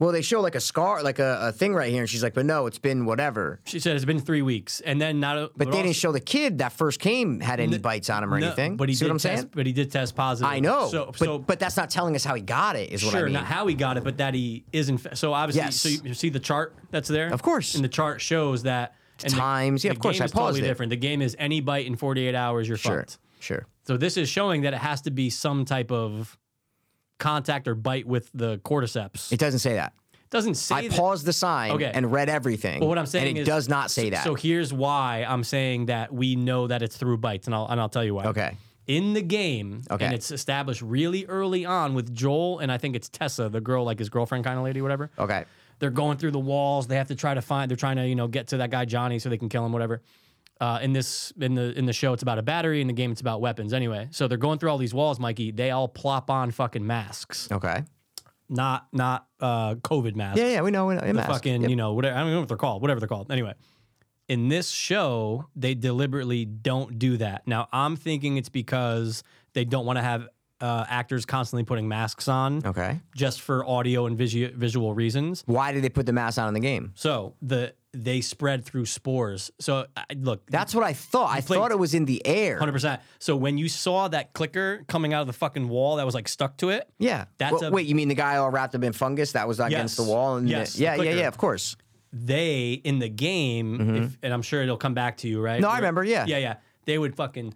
Well, they show like a scar, like a, a thing right here, and she's like, "But no, it's been whatever."
She said it's been three weeks, and then not. a-
But they
also-
didn't show the kid that first came had any bites on him or
no,
anything.
But he
See
did
what I'm
test,
saying?
But he did test positive.
I know.
So,
but,
so
but that's not telling us how he got it. Is what
sure,
I mean.
not how he got it, but that he is in. Fa- so obviously,
Yes.
so you, you see the chart that's there.
Of course.
and the chart shows that and the-
times. Yeah,
the
of course,
Game
I
is totally
paused it.
different. The game is any bite in 48 hours, you're
sure,
fucked.
sure.
So this is showing that it has to be some type of contact or bite with the cordyceps.
It doesn't say that.
doesn't say
I
that-
paused the sign
Okay.
and read everything.
But what I'm saying
and it
is-
does not say that.
So here's why I'm saying that we know that it's through bites, and I'll and I'll tell you why.
Okay.
In the game,
Okay.
and it's established really early on with Joel and I think it's Tessa, the girl like his girlfriend kind of lady, whatever.
okay,
They're going through the walls. They have to try to find. They're trying to you know get to that guy Johnny so they can kill him, whatever. Uh, in this in the in the show, it's about a battery. In the game, it's about weapons. Anyway, so they're going through all these walls, Mikey. They all plop on fucking masks,
okay.
not not uh, COVID masks
Yeah, yeah. We know. We know. The
fucking, you know, whatever. I don't even know what they're called, whatever they're called. Anyway, in this show, they deliberately don't do that. Now, I'm thinking it's because they don't want to have uh, actors constantly putting masks on
Okay.
just for audio and visu- visual reasons.
Why did they put the mask on in the game?
So the they spread through spores. So I, look,
That's what I thought. I
played-
thought it was in the air.
hundred percent. So when you saw that clicker coming out of the fucking wall that was like stuck to it,
Yeah.
That's
Well,
a-
wait, you mean the guy all wrapped up in fungus that was against the
Yes.
wall? And
Yes, the
yeah, yeah,
clicker.
yeah. Of course.
they in the game, if, and I'm sure it'll come back to you, right?
Mm-hmm. No, I remember, yeah.
yeah, yeah. They would fucking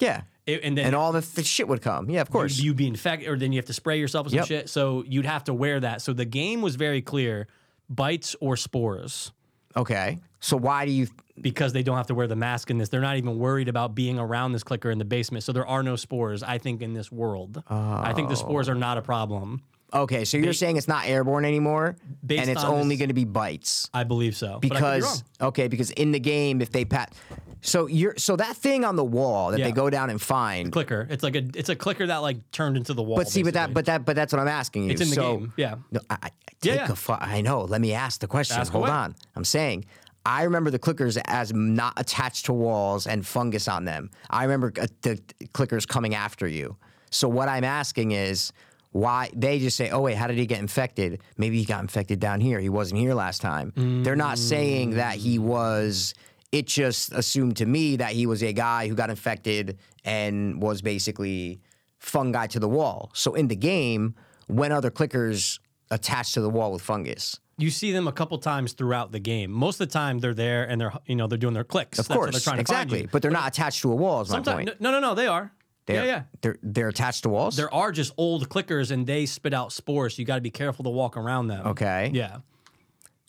Yeah.
it, and then
And all the th- shit would come. Yeah, of course.
you'd be infected, or then you have to spray yourself with some
Yep.
shit. So you'd have to wear that. So the game was very clear: bites or spores,
okay. So why do you?
because they don't have to wear the mask in this. They're not even worried about being around this clicker in the basement. So there are no spores. I think in this world, I think the
Oh.
spores are not a problem.
Okay, so you're saying it's not airborne anymore,
Based
and it's
on
only
this-
going to be bites
I believe so But I could be
because
wrong.
okay, because in the game if they pat, so you're so that thing on the wall that
Yeah.
they go down and find.
clicker. It's like a it's a clicker that like turned into the wall.
But see, but that, but that, but that's what I'm asking you.
it's in the
so,
game. Yeah.
No, I, I
Yeah,
take
yeah.
a fu- I know. Let me ask the question.
Ask
Hold
away.
on. I'm saying I remember the clickers as not attached to walls and fungus on them. I remember uh, the clickers coming after you. So what I'm asking is why they just say, "Oh wait, how did he get infected? Maybe he got infected down here. He wasn't here last time." They're not saying that he was. It just assumed to me that he was a guy who got infected and was basically fungi to the wall. So in the game, when other clickers attached to the wall with fungus.
you see them a couple times throughout the game. Most of the time, they're there and they're you know they're doing their clicks.
Of
That's
course,
what they're trying to
exactly.
find you.
But they're not attached to a wall. Is my
Sometimes,
point.
no, no, no, they are.
they're,
yeah, yeah.
They're they're attached to walls.
There are just old clickers and they spit out spores. So you got to be careful to walk around them.
okay.
Yeah.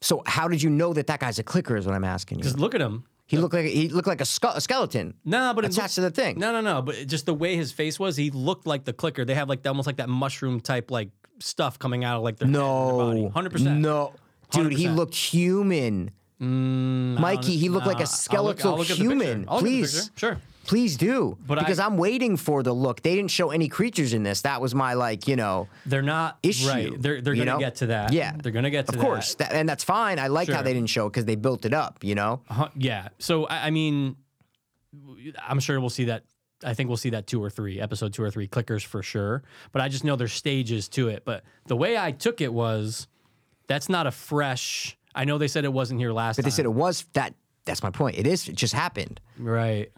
So how did you know that that guy's a clicker? Is what I'm asking you.
Just look at him.
He looked like he looked like a, ske- a skeleton
Nah, but it
attached to the thing.
No, no, no. But it- just the way his face was, he looked like the clicker. They have like the, almost like that mushroom type like stuff coming out of like their
No,
hundred percent.
No, dude, he
100%.
looked human.
Mm,
Mikey, he
Uh,
looked like a skeletal human. Please,
Sure.
please do.
But I-
because I, am waiting for the look. They didn't show any creatures in this. That was my like, you know.
They're not
issue,
Right. They're they're
you
gonna
know?
get to that.
Yeah.
They're gonna get to
Of
that.
course, that, and that's fine. I like how
Sure.
they didn't show it because they built it up. You know,
Huh, yeah. So I, I mean, I'm sure we'll see that. I think we'll see that two or three episode two or three clickers for sure. But I just know there's stages to it. But the way I took it was, that's not a fresh. I know they said it wasn't here last
they
time.
said it was that. That's my point. It is. It just happened.
right.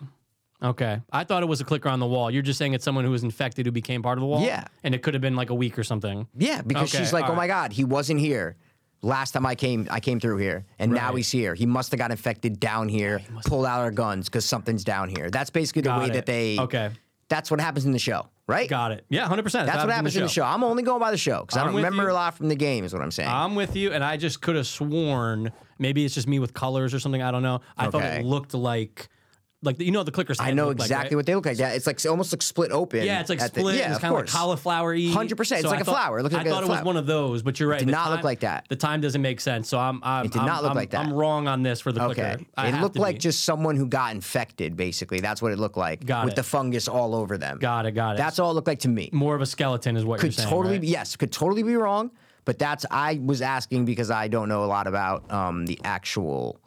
Okay. I thought it was a clicker on the wall. You're just saying it's someone who was infected who became part of the wall.
Yeah.
And it could have been like a week or something.
Yeah, because
Okay,
she's like,
all
oh my god, he wasn't here. Last time I came, I came through here, and now
Right.
he's here. He must have got infected down here. Pulled out our guns because something's down here. That's basically the
Got
way
it.
that they.
Okay.
That's what happens in the show, right?
Got it. Yeah. Hundred percent.
That's what happens in the show. I'm only going by the show because I
I'm
don't
with
remember
you.
a lot from the game. Is what I'm saying.
I'm with you, and I just could have sworn maybe it's just me with colors or something. I don't know. I thought
Okay.
it looked like, like you know, the clickers.
I know exactly what they look like. Yeah, it's like almost like split open.
Yeah, it's like
at the-
split.
yeah,
it's
of
kind of like
course.
cauliflower-y.
100%. It's like
a
a flower. It looks
I
like a
thought it was
flower.
one of those, but you're right. It
did not look like that.
The time doesn't make sense, so I'm. I'm it
did
I'm,
not look
I'm-
like that.
I'm wrong on this for the clicker.
Okay.
I
it
have
looked
to
like
be.
just someone who got infected, basically. That's what it looked like.
Got
with
it.
the fungus all over them.
Got it. Got it.
That's all it looked like to me.
more of a skeleton, is what you're
Could
saying.
totally
right?
be yes, could totally be wrong, but that's I was asking because I don't know a lot about um the actual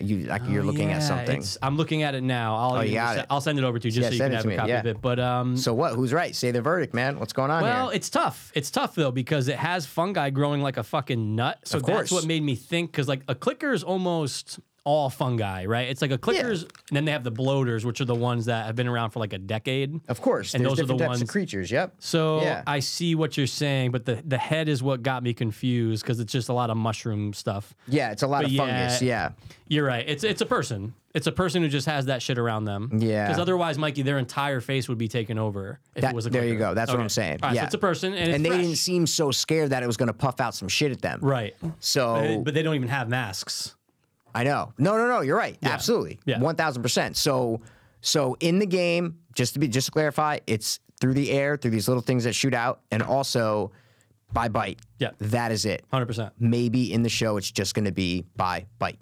you like you're looking at
Oh, Yeah,
something. Oh,
it's- I'm looking at it now. I'll, even
you got
se-
it.
I'll send it over to you just
Yeah,
so you
send
can
it
have
to
a
me,
copy
yeah.
of it. But um,
So what? Who's right? Say the verdict, man. What's going on
Well,
here?
it's tough. It's tough though because it has fungi growing like a fucking nut. So
Of
that's
course.
what made me think because like a clicker is almost all fungi, right? It's like a clickers, and then they have the bloaters, which are the ones that have been around for like a decade.
Of course.
and
there's
those are the
different types of
ones-
creatures, yep.
So
Yeah.
I see what you're saying, but the the head is what got me confused because it's just a lot of mushroom stuff.
Yeah, it's a lot
But
of
yeah,
fungus, yeah.
You're right. It's it's a person. It's a person who just has that shit around them.
Yeah.
Because otherwise, Mikey, their entire face would be taken over if
That-
it was a
there you
clicker.
go. That's what I'm saying.
All right,
Yeah.
So it's a person, and, it's
And they
fresh.
didn't seem so scared that it was gonna puff out some shit at them.
right.
So
But they- but they don't even have masks.
I know. No, no, no. You're right. Absolutely.
Yeah.
One thousand percent. So, so in the game, just to be just to clarify, it's through the air, through these little things that shoot out, and also by bite.
Yeah.
That is it.
Hundred percent.
Maybe in the show, it's just going to be by bite.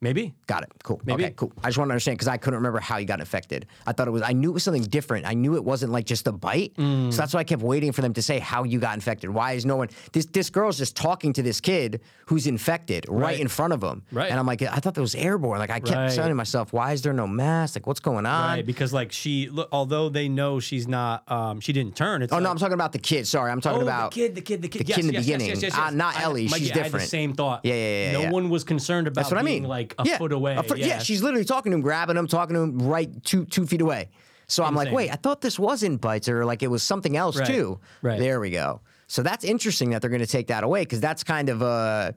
Maybe.
Got it. Cool.
Maybe.
Okay, cool. I just want to understand because I couldn't remember how you got infected. I thought it was, I knew it was something different. I knew it wasn't like just a bite.
Mm.
So that's why I kept waiting for them to say how you got infected. Why is no one, this, this girl's just talking to this kid who's infected right,
Right.
in front of him.
Right.
And I'm like, I thought that was airborne. Like I kept
Right.
telling myself, why is there no mask? Like what's going on?
Right, because like she, look, although they know she's not, um, she didn't turn. It's
Oh, no, I'm talking about the kid. Sorry. I'm talking
oh,
about
the kid, the kid, the kid,
the kid in the beginning. Ah, not
I-
Ellie.
Mikey,
She's
I had the
different.
same thought.
yeah, yeah,
No
yeah.
one was concerned about
That's what I
being
mean.
like a
yeah.
foot away.
A foot-
yeah.
yeah. she's literally talking to him, grabbing him, talking to him right two two feet away. So I'm like,
Insane.
wait, I thought this wasn't bites or like it was something else
Right,
too.
right.
There we go. So that's interesting that they're going to take that away because that's kind of a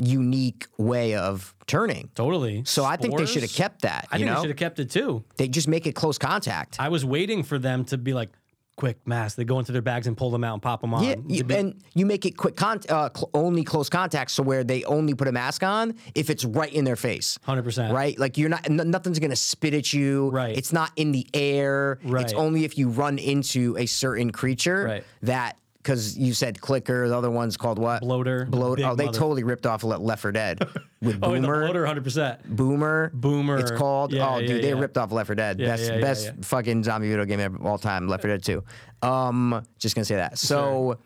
unique way of turning.
totally.
So I think they should have
Spores?
kept that.
I
you
think they Um,
know,
should have kept it too.
they just make it close contact.
I was waiting for them to be like, "Quick, mask!" They go into their bags and pull them out and pop them on.
Yeah,
To
you,
be-
and you make it quick con- uh, cl- only close contact, so where they only put a mask on if it's right in their face.
100%.
Right, like you're not. N- nothing's gonna spit at you.
Right.
it's not in the air.
Right.
it's only if you run into a certain creature
Right.
that. Because you said clicker, the other one's called what?
Bloater,
Bloater.
big
Oh, they
mother-
totally ripped off Le- Left 4 Dead with
oh, in the
Boomer.
bloater, 100. percent
Boomer.
Boomer.
It's called.
Yeah,
oh,
yeah,
dude, they
yeah.
ripped off Left 4 Dead. best
yeah, yeah,
best
yeah.
fucking zombie video game of all time. Left 4 Dead 2. Um, just gonna say that. So,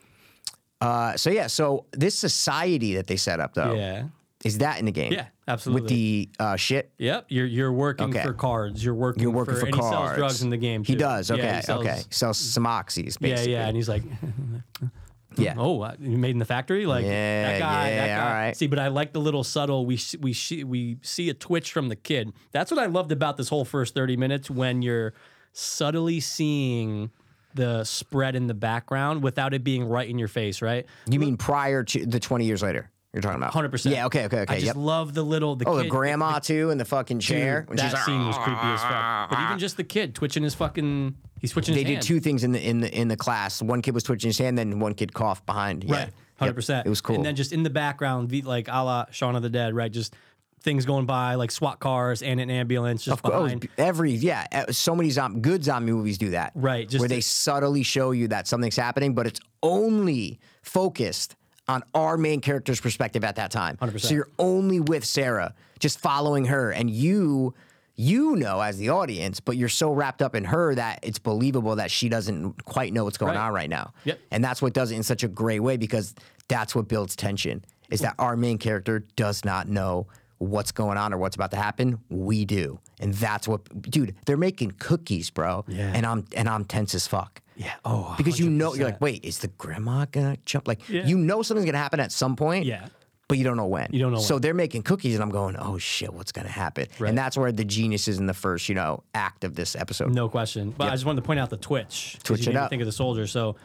uh, so yeah. So this society that they set up though
Yeah.
is that in the game?
Yeah, absolutely.
With the uh, shit.
Yep. You're you're working
Okay.
for cards. You're working.
You're working for,
and
cards.
He sells drugs in the game.
He
too.
does.
Yeah,
Okay.
he sells-
okay. Sells some oxies,
Yeah,
basically.
yeah. And he's like,
Yeah.
"Oh, what, you made in the factory? Like
Yeah,
that guy? that
yeah,
guy."
all right.
See, but I like the little subtle. We s- we see we see a twitch from the kid. That's what I loved about this whole first thirty minutes when you're subtly seeing the spread in the background without it being right in your face. Right.
You mean prior to the 20 years later? You're talking about
100%.
Yeah. Okay. Okay. Okay.
I just
yep.
love the little the
oh, the
kid-
grandma too, in the fucking chair.
Dude, that scene was creepy as fuck. But even just the kid twitching his fucking, he's twitching.
They
his
did
hand.
two things in the in the in the class. One kid was twitching his hand, then one kid coughed behind. Yeah.
Right. Hundred percent.
It was cool.
And then just in the background, the- like a la Shaun of the Dead, right? Just things going by, like SWAT cars and an ambulance just
Oh,
behind.
every yeah, uh, so many zom- good zombie movies do that.
Right, just
where
to-
they subtly show you that something's happening, but it's only focused on our main character's perspective at that time.
100%.
So you're only with Sarah, just following her, and you you know as the audience, but you're so wrapped up in her that it's believable that she doesn't quite know what's going
Right.
on right now.
Yep.
And that's what does it in such a great way because that's what builds tension is that our main character does not know what's going on or what's about to happen. We do. And that's what dude, they're making cookies, bro.
Yeah.
And I'm and I'm tense as fuck.
yeah. Oh.
Because you know you're
100%.
like, wait, is the grandma gonna jump? Like
Yeah.
you know something's gonna happen at some point.
Yeah.
But you don't know when. You
don't know
So they're making cookies and I'm going, oh shit, what's gonna happen? And that's where the genius is in the first, you know, act of this episode.
No question. But I just wanted to point out the twitch. 'cause
Twitch
you
it
made me
up.
Think of the soldier. So,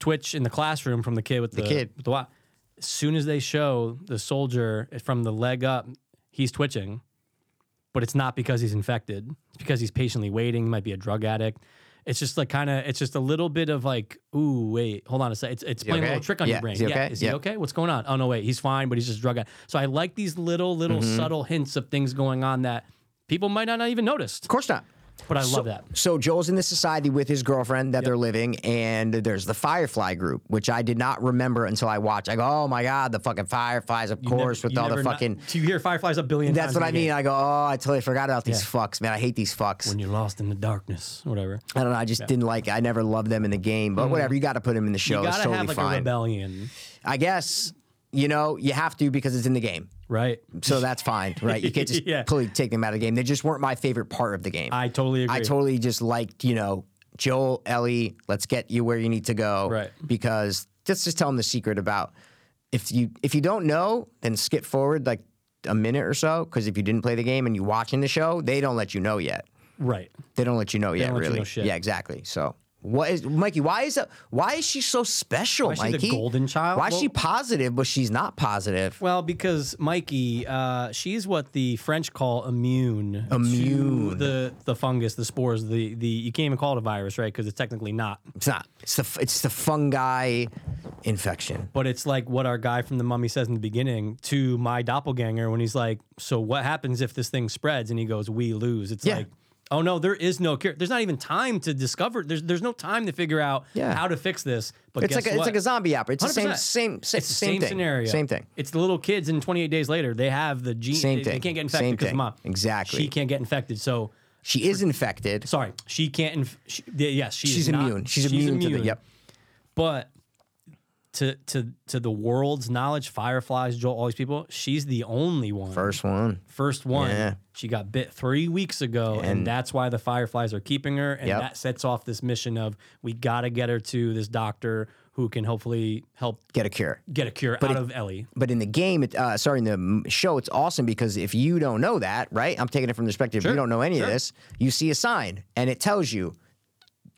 twitch in the classroom from the kid with the,
kid.
With the, wa- as soon as they show the soldier from the leg up, he's twitching, but it's not because he's infected. It's because he's patiently waiting. He might be a drug addict. It's just like kind of. It's just a little bit of like, ooh, wait, hold on a sec. It's it's playing a
okay?
little trick on
Yeah,
your brain.
is he
yeah,
okay?
is he
Yeah.
okay? What's going on? Oh no, wait, he's fine, but he's just drug addict. So I like these little little
Mm-hmm.
subtle hints of things going on that people might not even noticed.
Of course not.
But I love that.
So Joel's in this society with his girlfriend that they're living, and there's the Firefly group, which I did not remember until I watched. I go, oh my god, the fucking Fireflies, of course,
Never-
with
you
all the
never not-
fucking.
you hear fireflies a billion.
that's
times
what
in
I
the
mean.
game.
I go, oh, I totally forgot about these fucks, man. I hate these fucks.
When you're lost in the darkness, or whatever.
I don't know. I just didn't like. I never loved them in the game, but whatever. You got to put them in the show.
Mm-hmm. you gotta
it's totally
have like a
fine.
rebellion,
I guess you know you have to because it's in the game.
right?
So that's fine, right? You can't just
Yeah.
completely take them out of the game. They just weren't my favorite part of the game.
I totally agree.
I totally just liked, you know, Joel, Ellie, let's get you where you need to go.
Right.
Because let's just tell them the secret about if you if you don't know, then skip forward like a minute or so. Because if you didn't play the game and you're watching the show, they don't let you know yet.
right.
They don't let you know yet,
don't let you
really.
know shit.
Yeah, exactly. So what is Mikey? Why is that, why is she so special,
is she the
Mikey?
golden child?
Why is she
Well-
positive, but she's not positive?
Well, because Mikey, uh, she's what the French call immune. Immune. The the fungus, the spores, the the you can't even call it a virus, right? Because it's technically not.
It's not. It's the f- it's the fungi infection.
But it's like what our guy from the mummy says in the beginning to my doppelganger when he's like, "So what happens if this thing spreads?" And he goes, "We lose." It's
Yeah.
like oh no, there is no cure. There's not even time to discover. There's there's no time to figure out
Yeah.
how to fix this. But
It's
guess
like a,
what?
it's like a zombie opera. It's the same
100%.
same same,
It's the
same,
same,
thing.
scenario.
Same thing.
It's the little kids, and 28 days later, they have the gene.
Same
they, They
thing.
can't get
Same
infected because
thing.
mom.
Exactly.
She can't get infected. So,
She is infected.
sorry, she can't. Inf- she, yeah, yes, she is
she's
not-
immune. She's, immune, to the yep.
But to to to the world's knowledge, Fireflies, Joel, all these people, she's the only one.
First one.
First one.
Yeah.
She got bit three weeks ago, and, that's why the Fireflies are keeping her. And
Yep.
that sets off this mission of we got to get her to this doctor who can hopefully help
Get a cure.
get a cure out of Ellie.
But in the game, it, uh, sorry, in the m- show, it's awesome because if you don't know that, right? I'm taking it from the perspective. If you don't know any of this. You see a sign, and it tells you,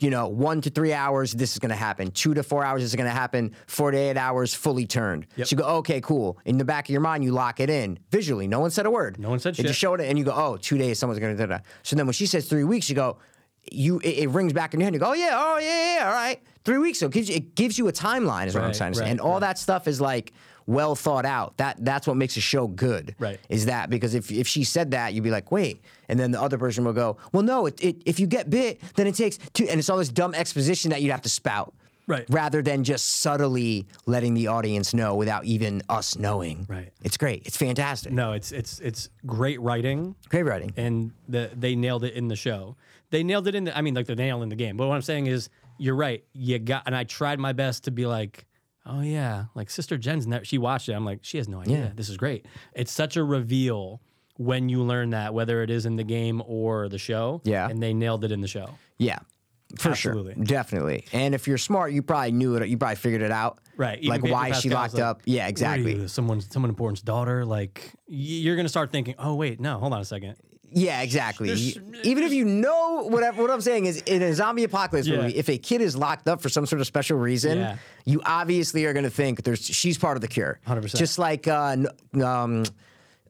you know, one to three hours, this is going to happen. Two to four hours, this is going to happen. Four to eight hours, fully turned. So you go, okay, cool. In the back of your mind, you lock it in visually. No one said a word.
No one said
They
shit.
just showed it, and you go, oh, two days, someone's going to da da. So then when she says three weeks, you go, you it, it rings back in your head. You go, oh yeah, oh yeah, yeah, all right. Three weeks. So it gives you, it gives you a timeline. Is what I'm
Right,
trying to say.
right,
And all that stuff is like well thought out. That that's what makes a show good.
Right.
Is that because if if she said that, you'd be like, wait, and then the other person will go, well, no, it, it if you get bit, then it takes two, and it's all this dumb exposition that you'd have to spout.
Right.
Rather than just subtly letting the audience know without even us knowing.
Right.
It's great. It's fantastic.
No, it's it's it's great writing,
Great writing.
and the, they nailed it in the show. They nailed it in the. I mean, like the nail in the game. But what I'm saying is, you're right. You got, and I tried my best to be like, oh yeah, like Sister Jen's. Never, she watched it. I'm like, she has no idea. This is great. It's such a reveal when you learn that, whether it is in the game or the show.
Yeah.
and they nailed it in the show.
Yeah. For sure.
Absolutely.
Definitely. And if you're smart, you probably knew it. You probably figured it out.
Right. even
Like
Pedro
why is she
Pascal's
locked
like,
up. Yeah,
"What are
exactly.
you, Someone, someone important's daughter. Like y- you're gonna start thinking, oh wait, no, hold on a second.
Yeah, exactly. You- Even if you know whatever, what I'm saying is, in a zombie apocalypse
Yeah.
movie, if a kid is locked up for some sort of special reason,
Yeah.
you obviously are going to think there's she's part of the cure.
100%.
Just like uh, n- um,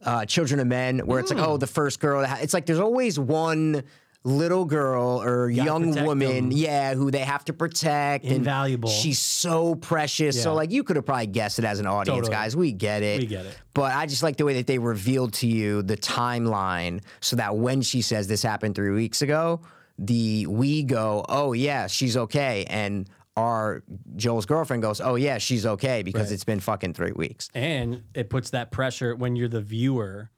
uh, Children of Men, where it's like,
Mm.
oh, the first girl. that ha- It's like there's always one little girl or young
protect
woman,
them.
yeah, who they have to protect. and
Invaluable.
she's so precious. So
Yeah.
like you could have probably guessed it as an audience,
Totally.
guys. We get it.
We get it.
But I just like the way that they revealed to you the timeline so that when she says this happened three weeks ago, the we go, oh, yeah, she's okay. And our Joel's girlfriend goes, oh, yeah, she's okay because
Right.
it's been fucking three weeks.
And it puts that pressure when you're the viewer.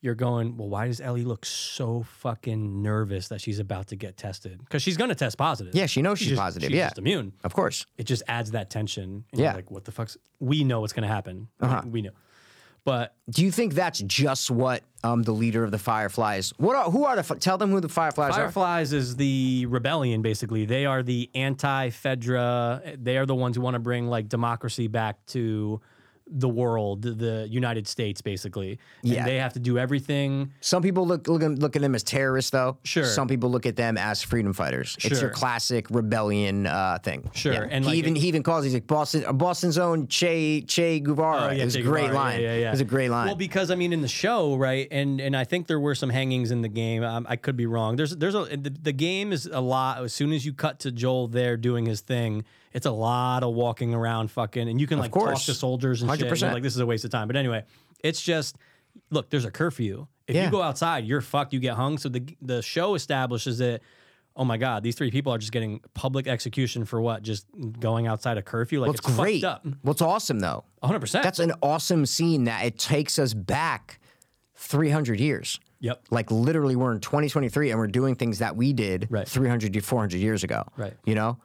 You're going, well, why does Ellie look so fucking nervous that she's about to get tested? Because she's going to test positive.
Yeah, she knows she's
just-
positive.
She's
yeah.
just immune.
Of course.
It just adds that tension. And you're
Yeah. Uh-huh.
Like, what the fuck's. We know what's going to happen. We- We know. But
Do you think that's just what um, the leader of the Fireflies? What are who are the f- tell them who the Fireflies are?
Fireflies is the rebellion, basically. They are the anti Fedra. They are the ones who want to bring like democracy back to the world, the United States, basically. And
Yeah.
they have to do everything.
Some people look look, at- look at them as terrorists, though.
Sure.
Some people look at them as freedom fighters. It's your
Sure.
classic rebellion uh, thing.
Sure, and,
he
like,
even he even calls he's like Boston uh, Boston's own Che Che Guevara. it was
Oh, Che
a great
Guevara.
line. It was a great line.
Well, because I mean, in the show, right, and and I think there were some hangings in the game. Um, I could be wrong. There's there's a the, the game is a lot. As soon as you cut to Joel there doing his thing, it's a lot of walking around, fucking, and you can like talk
course.
to soldiers and shit. and you're
100%.
Like this is a waste of time. But anyway, it's just look. There's a curfew. If
Yeah.
you go outside, you're fucked. You get hung. So the the show establishes it. Oh my God! These three people are just getting public execution for what? Just going outside a curfew? Like
Well, it's,
it's, fucked
great.
up.
Well, it's awesome though.
100. percent
That's an awesome scene that it takes us back 300 years.
Yep.
Like literally we're in 2023 and we're doing things that we did
Right.
300 to 400 years ago.
Right.
You know?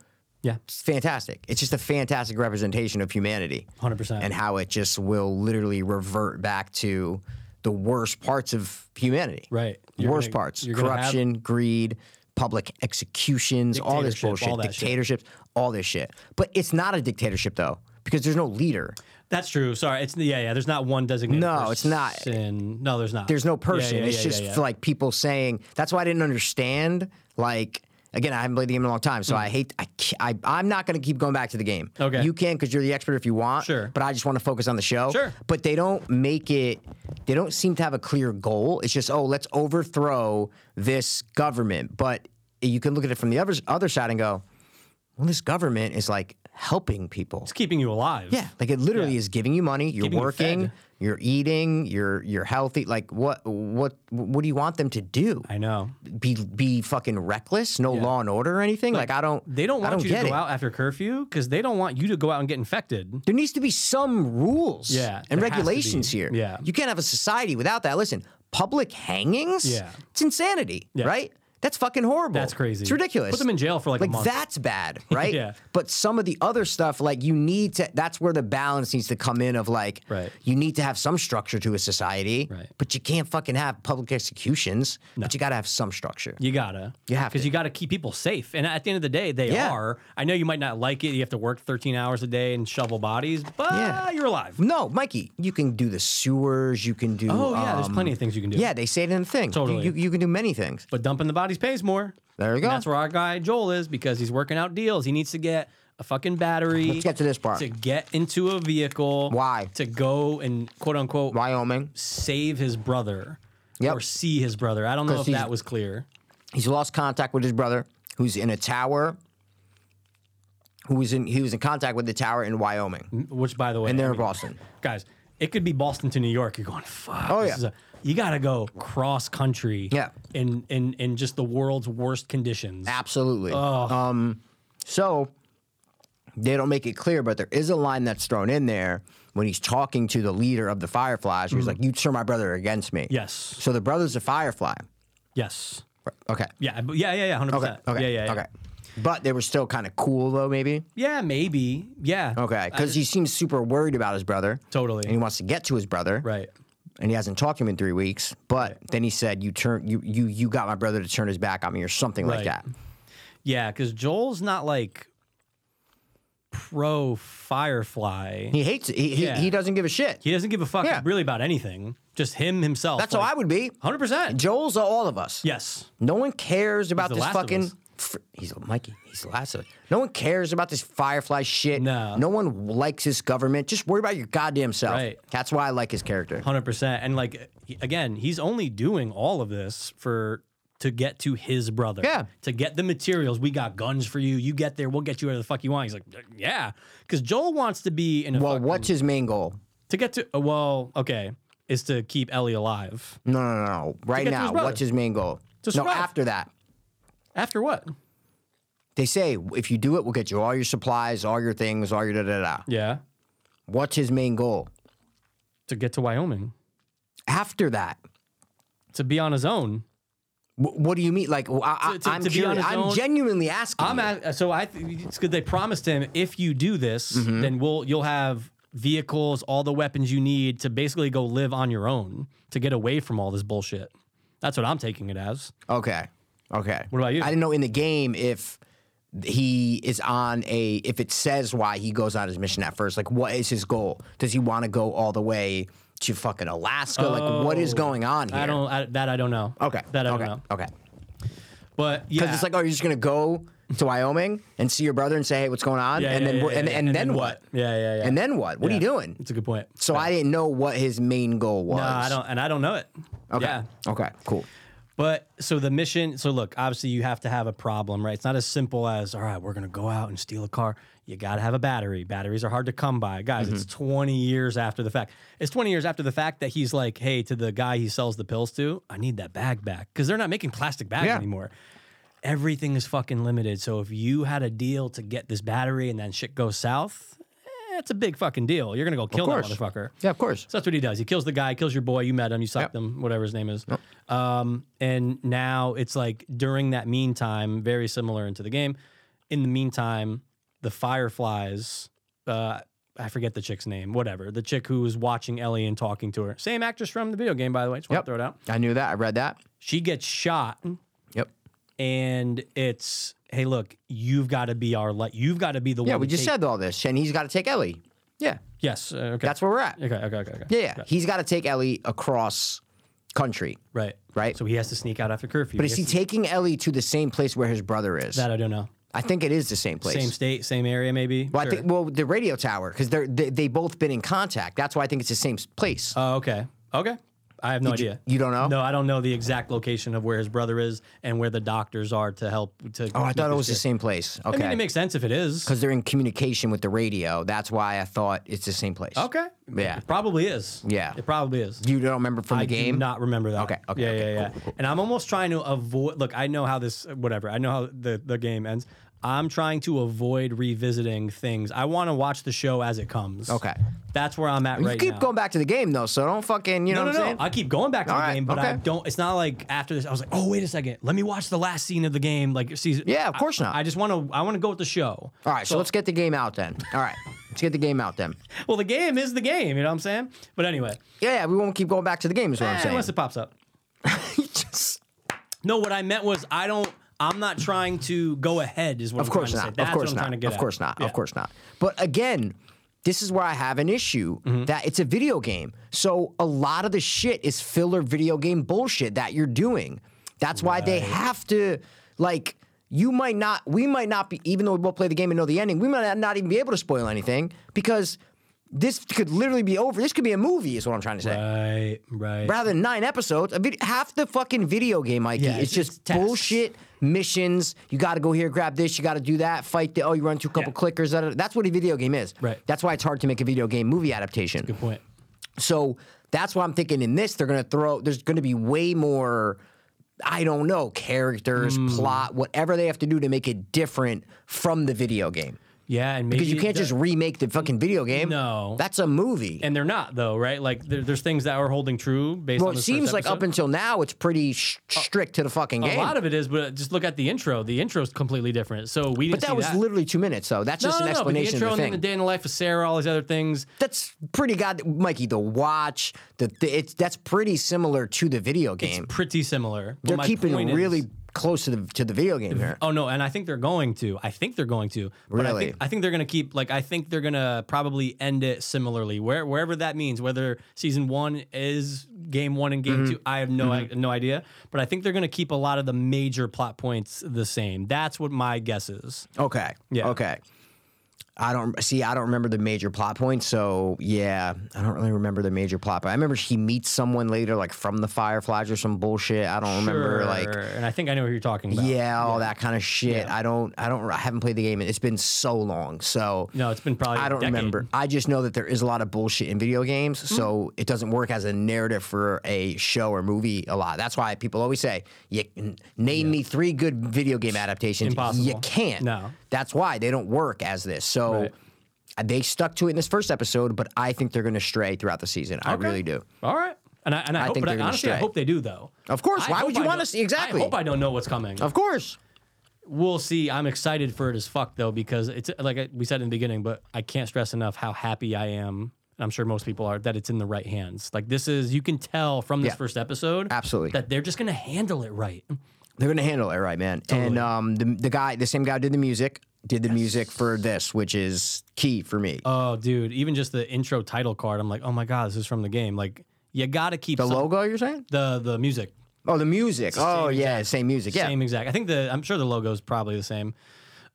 Yeah.
It's fantastic. It's just a fantastic representation of humanity.
100%.
And how it just will literally revert back to the worst parts of humanity.
Right. You're
Worst
gonna-
parts.
you're gonna have-
Corruption, greed, public executions, all this
Dictatorship,
bullshit,
all that shit.
dictatorships, all this shit. But it's not a dictatorship though, because there's no leader.
That's true. Sorry, it's yeah, yeah. There's not one designated.
No, it's not.
person. No, there's not.
there's no
Yeah, yeah,
person.
yeah,
it's
yeah,
just
yeah.
like people saying. That's why I didn't understand. Like again, I haven't played the game in a long time, so I hate. I, ca- I I'm not going to keep going back to the game.
Mm. Okay.
you can because you're the expert if you want.
Sure.
but I just want to focus on the show.
Sure.
but they don't make it. They don't seem to have a clear goal. It's just oh, let's overthrow this government. But you can look at it from the other other side and go, well, this government is like helping people.
It's keeping you alive.
Yeah, like it literally
Yeah.
is giving you money. You're
Keeping you
working.
fed.
you're eating. You're you're healthy. Like what what what do you want them to do?
I know.
Be be fucking reckless? No law and order or anything? Like, I don't.
They don't
I
want you
get
to go
it.
out after curfew because they don't want you to go out and get infected.
There needs to be some rules
Yeah,
and
there has to
regulations
be.
here.
Yeah.
You can't have a society without that. Listen, public hangings?
Yeah.
It's insanity,
Yeah.
right? That's fucking horrible.
That's crazy.
It's ridiculous.
Put them in jail for, like, a
Like
month.
that's bad, right?
Yeah.
But some of the other stuff, like you need to that's where the balance needs to come in of like
Right.
you need to have some structure to a society.
Right.
But you can't fucking have public executions. But you gotta have some structure.
You gotta.
You have
Because
to.
you gotta keep people safe. And at the end of the day, they
Yeah.
are. I know you might not like it. You have to work 13 hours a day and shovel bodies, but
Yeah.
you're alive.
No, Mikey, you can do the sewers, you can do
Oh, yeah. there's
um,
plenty of things you can do.
Yeah, they say it in the thing. You-
Totally.
You, you can do many things.
But dumping the bodies pays more.
There you go.
And that's where our guy Joel is because he's working out deals. He needs to get a fucking battery.
Let's get to this part.
To get into a vehicle.
Why?
To go and quote unquote
Wyoming.
save his brother
Yep.
or see his brother. I don't know
'Cause
if
he's-
that was clear.
He's lost contact with his brother, who's in a tower. Who was in? He was in contact with the tower in Wyoming,
Which, by the way,
and
I
they're in
mean,
Boston.
guys, it could be Boston to New York. You're going, fuck.
Oh,
this
yeah.
is a- you got to go cross country.
Yeah.
In, in, in just the world's worst conditions.
Absolutely. Um, so they don't make it clear, but there is a line that's thrown in there when he's talking to the leader of the Fireflies. He's like, "You turn my brother against me."
Mm. Yes.
So the brother's a Firefly.
Yes.
Okay.
Yeah. but- Yeah. Yeah. Yeah. 100%.
Okay. Okay.
Yeah. Yeah. yeah.
Okay. But they were still kind of cool, though. Maybe.
Yeah. Maybe. Yeah. Uh,
Okay.
I-
Because he seems super worried about his brother.
Totally.
And he wants to get to his brother.
Right.
and he hasn't talked to him in three weeks. But then he said, "You turn you you you got my brother to turn his back on me, or something like
Right.
that."
Yeah, because Joel's not like pro Firefly.
He hates it. He,
Yeah.
he, he doesn't give a shit.
He doesn't give a fuck
Yeah.
really about anything. Just him himself.
That's how I would be.
Hundred percent.
Joel's all of us.
Yes.
No one cares about
the
this
last of
fucking.
us.
Fr- he's Mikey. He's the last of us. No one cares about this Firefly shit.
No.
No one likes this government. Just worry about your goddamn self.
Right.
That's why I like his character.
Hundred percent. And like he- again, he's only doing all of this for to get to his brother.
Yeah.
To get the materials. We got guns for you. You get there. We'll get you whatever the fuck you want. He's like, "Uh, yeah. Because Joel wants to be in a
Well,
fuck-
what's his main goal?
to get to. uh, Well, okay, is to keep Ellie alive.
No, no, no, no. Right
get to his
now,
brother.
what's his main goal?
To
no,
survive.
after that.
After what?
They say if you do it, we'll get you all your supplies, all your things, all your da da da.
Yeah.
What's his main goal?
To get to Wyoming.
After that,
To be on his own.
wh- what do you mean? Like, wh- I,
To- to-
am
to be on his
I'm
own-
genuinely asking.
I'm
you.
at, uh, so I th- it's good they promised him if you do this, then we'll you'll have vehicles, all the weapons you need to basically go live on your own to get away from all this bullshit. That's what I'm taking it as.
okay, okay.
What about you?
I didn't know in the game if he is on a if it says why he goes on his mission at first. Like, what is his goal? Does he want to go all the way to fucking Alaska? like, what is
Oh,
going on here?
I don't I, that I don't know.
Okay.
that I
okay.
don't know.
Okay.
But
Because
yeah,
it's like, oh, you're just gonna go to Wyoming and see your brother and say, hey, what's going on?
yeah,
and
yeah,
then
yeah,
wh- and,
yeah,
and, then, what?
Yeah, yeah, yeah.
And then what? What are you
Yeah.
doing?
it's a good point.
So I didn't know what his main goal was.
No, I don't, and I don't know it.
Okay.
Yeah.
Okay. Cool.
But so the mission, so look, obviously you have to have a problem, right? It's not as simple as, all right, we're going to go out and steal a car. You got to have a battery. Batteries are hard to come by. Guys, it's
Mm-hmm.
20 years after the fact. It's 20 years after the fact that he's like, hey, to the guy he sells the pills to, I need that bag back because they're not making plastic bags
Yeah.
anymore. Everything is fucking limited. So if you had a deal to get this battery and then shit goes south, eh, it's a big fucking deal. You're going to go kill that
course.
motherfucker.
Yeah, of course.
So that's what he does. He kills the guy, kills your boy. You met him, you sucked him, whatever his name is. Um, and now it's like during that meantime, very similar into the game. In the meantime, the Fireflies, uh, I forget the chick's name, whatever, the chick who was watching Ellie and talking to her, same actress from the video game, by the way. Just want
Yep.
to throw it out.
I knew that. I read that.
She gets shot,
Yep.
and it's hey, look, you've got to be our light. You've got to be the
Yeah,
one.
we
to
just
take-
said all this, and he's got to take Ellie. Yeah,
yes. uh, okay.
that's where we're at.
okay. Okay. Okay. Okay.
Yeah, yeah. he's got to take Ellie across country.
Right.
Right.
So he has to sneak out after curfew.
But is he taking Ellie to the same place where his brother is?
that I don't know.
I think it is the same place.
Same state, same area, maybe.
Well, I
Sure.
think well the radio tower because they're they, they both been in contact. That's why I think it's the same s- place.
Oh, okay. Okay. I have no
Did you-
idea.
you don't know?
No, I don't know the exact location of where his brother is and where the doctors are to help. To
Oh, I thought it was the same place.
I
Okay.
mean, it makes sense if it is.
because they're in communication with the radio. That's why I thought it's the same place.
Okay.
Yeah.
It probably is.
Yeah.
It probably is.
You don't remember from the
I
game?
do not remember that.
Okay, okay,
Yeah,
okay,
yeah, yeah. And I'm almost trying to avoid. Look, I know how this. Whatever. I know how the the game ends. I'm trying to avoid revisiting things. I want to watch the show as it comes.
Okay.
That's where I'm at
You
right
keep
now.
going back to the game though, so don't fucking. You
No,
know
no,
what I'm
no.
saying?
I keep going back to
All
the
right,
game, but I
okay.
don't. It's not like after this, I was like, oh, wait a second. Let me watch the last scene of the game, like season.
Yeah, of
I-
course not.
I just want to. I want to go with the show.
All right, so, let's get the game out then. All right, let's get the game out then.
Well, the game is the game. You know what I'm saying? But anyway,
Yeah, yeah, we won't keep going back to the game. Is what I'm
eh,
saying.
unless it pops up.
Just-
No, what I meant was I don't. I'm not trying to go ahead. Is what
of
I'm
course
trying
not.
to say. That's
of course
what I'm
not.
trying to get
of
at.
course not.
Yeah.
Of course not. But again, this is where I have an issue
Mm-hmm.
that it's a video game. So a lot of the shit is filler video game bullshit that you're doing. That's why they have to like you might not we might not be even though we both play the game and know the ending, we might not even be able to spoil anything because this could literally be over. This could be a movie, is what I'm trying to say.
Right, right.
rather than nine episodes, a vid- half the fucking video game, Mikey,
Yeah,
it's,
it's-
just
it's tasks.
bullshit missions. You got to go here, grab this, you got to do that, fight the. Oh, you run into a couple
Yeah.
clickers. da- da- da. That's what a video game is.
Right.
That's why it's hard to make a video game movie adaptation.
Good point.
So that's why I'm thinking in this, they're going to throw, there's going to be way more, I don't know, characters,
Hmm.
plot, whatever they have to do to make it different from the video game.
Yeah, and maybe
Because you can't
the-
just remake the fucking video game.
No.
That's a movie.
And they're not though, right? Like there, there's things that are holding true based
well, it
on. this
seems
first
like up
episode. Oh.
until now, it's pretty sh- strict to the fucking game.
a lot of it is, but just look at the intro. The intro is completely different. So we.
But
didn't see
that was
that.
literally two minutes, so that's
no,
just
no,
an
no, but the
explanation of
intro
the
and then
thing.
the day in the life of Sarah, all these other things.
that's pretty god, Mikey. The watch, the, the it's that's pretty similar to the video game.
Pretty similar. But
They're
my
keeping
point
it
is-
really close to the to the video game here.
Oh no, and I think they're going to. I think they're going to. But I
Really?
think, I think they're going to keep like I think they're going to probably end it similarly. Where wherever that means, whether season 1 is game 1 and game
Mm-hmm.
2, I have no I, no idea, but I think they're going to keep a lot of the major plot points the same. That's what my guess is.
Okay.
Oh, Yeah.
Okay. I don't see. I don't remember the major plot points, so yeah, I don't really remember the major plot. But I remember he meets someone later, like from the Fireflies or some bullshit. I don't remember like
Sure, and I think I know what you're talking about.
yeah, all that kind of shit. I don't. I don't. I haven't played the game. It's been so long, so
No, it's been probably
I
a
don't
decade. Hmm.
remember. I just know that there is a lot of bullshit in video games, so it doesn't work as a narrative for a show or movie a lot. That's why people always say, "You n- name me three good video game adaptations." You
impossible.
can't.
No.
That's why they don't work as this. So. uh,
Right.
They stuck to it in this first episode, but I think they're going to stray throughout the season. I really do.
All right. And I, and I, hope,
think
but
they're gonna
honestly, I
stray.
hope they do though.
Of course,
I
why
hope
would you
I
want
don't-
to see exactly?
I hope I don't know what's coming.
of course.
we'll see. I'm excited for it as fuck though because it's like I- we said in the beginning, but I can't stress enough how happy I am. and I'm sure most people are that it's in the right hands. Like this is, you can tell from this
Yeah.
first episode,
Absolutely.
that they're just gonna handle it right.
They're gonna handle it right, man. And um, the the guy, the same guy who did the music, did the music for this, which is key for me.
Oh, dude, even just the intro title card, I'm like, oh my god, this is from the game. Like you gotta keep
the
some-
logo, you're saying?
the the music.
Oh, the music. Oh,
same
yeah, same music. Yeah,
Same exact. I think the I'm sure the logo is probably the same.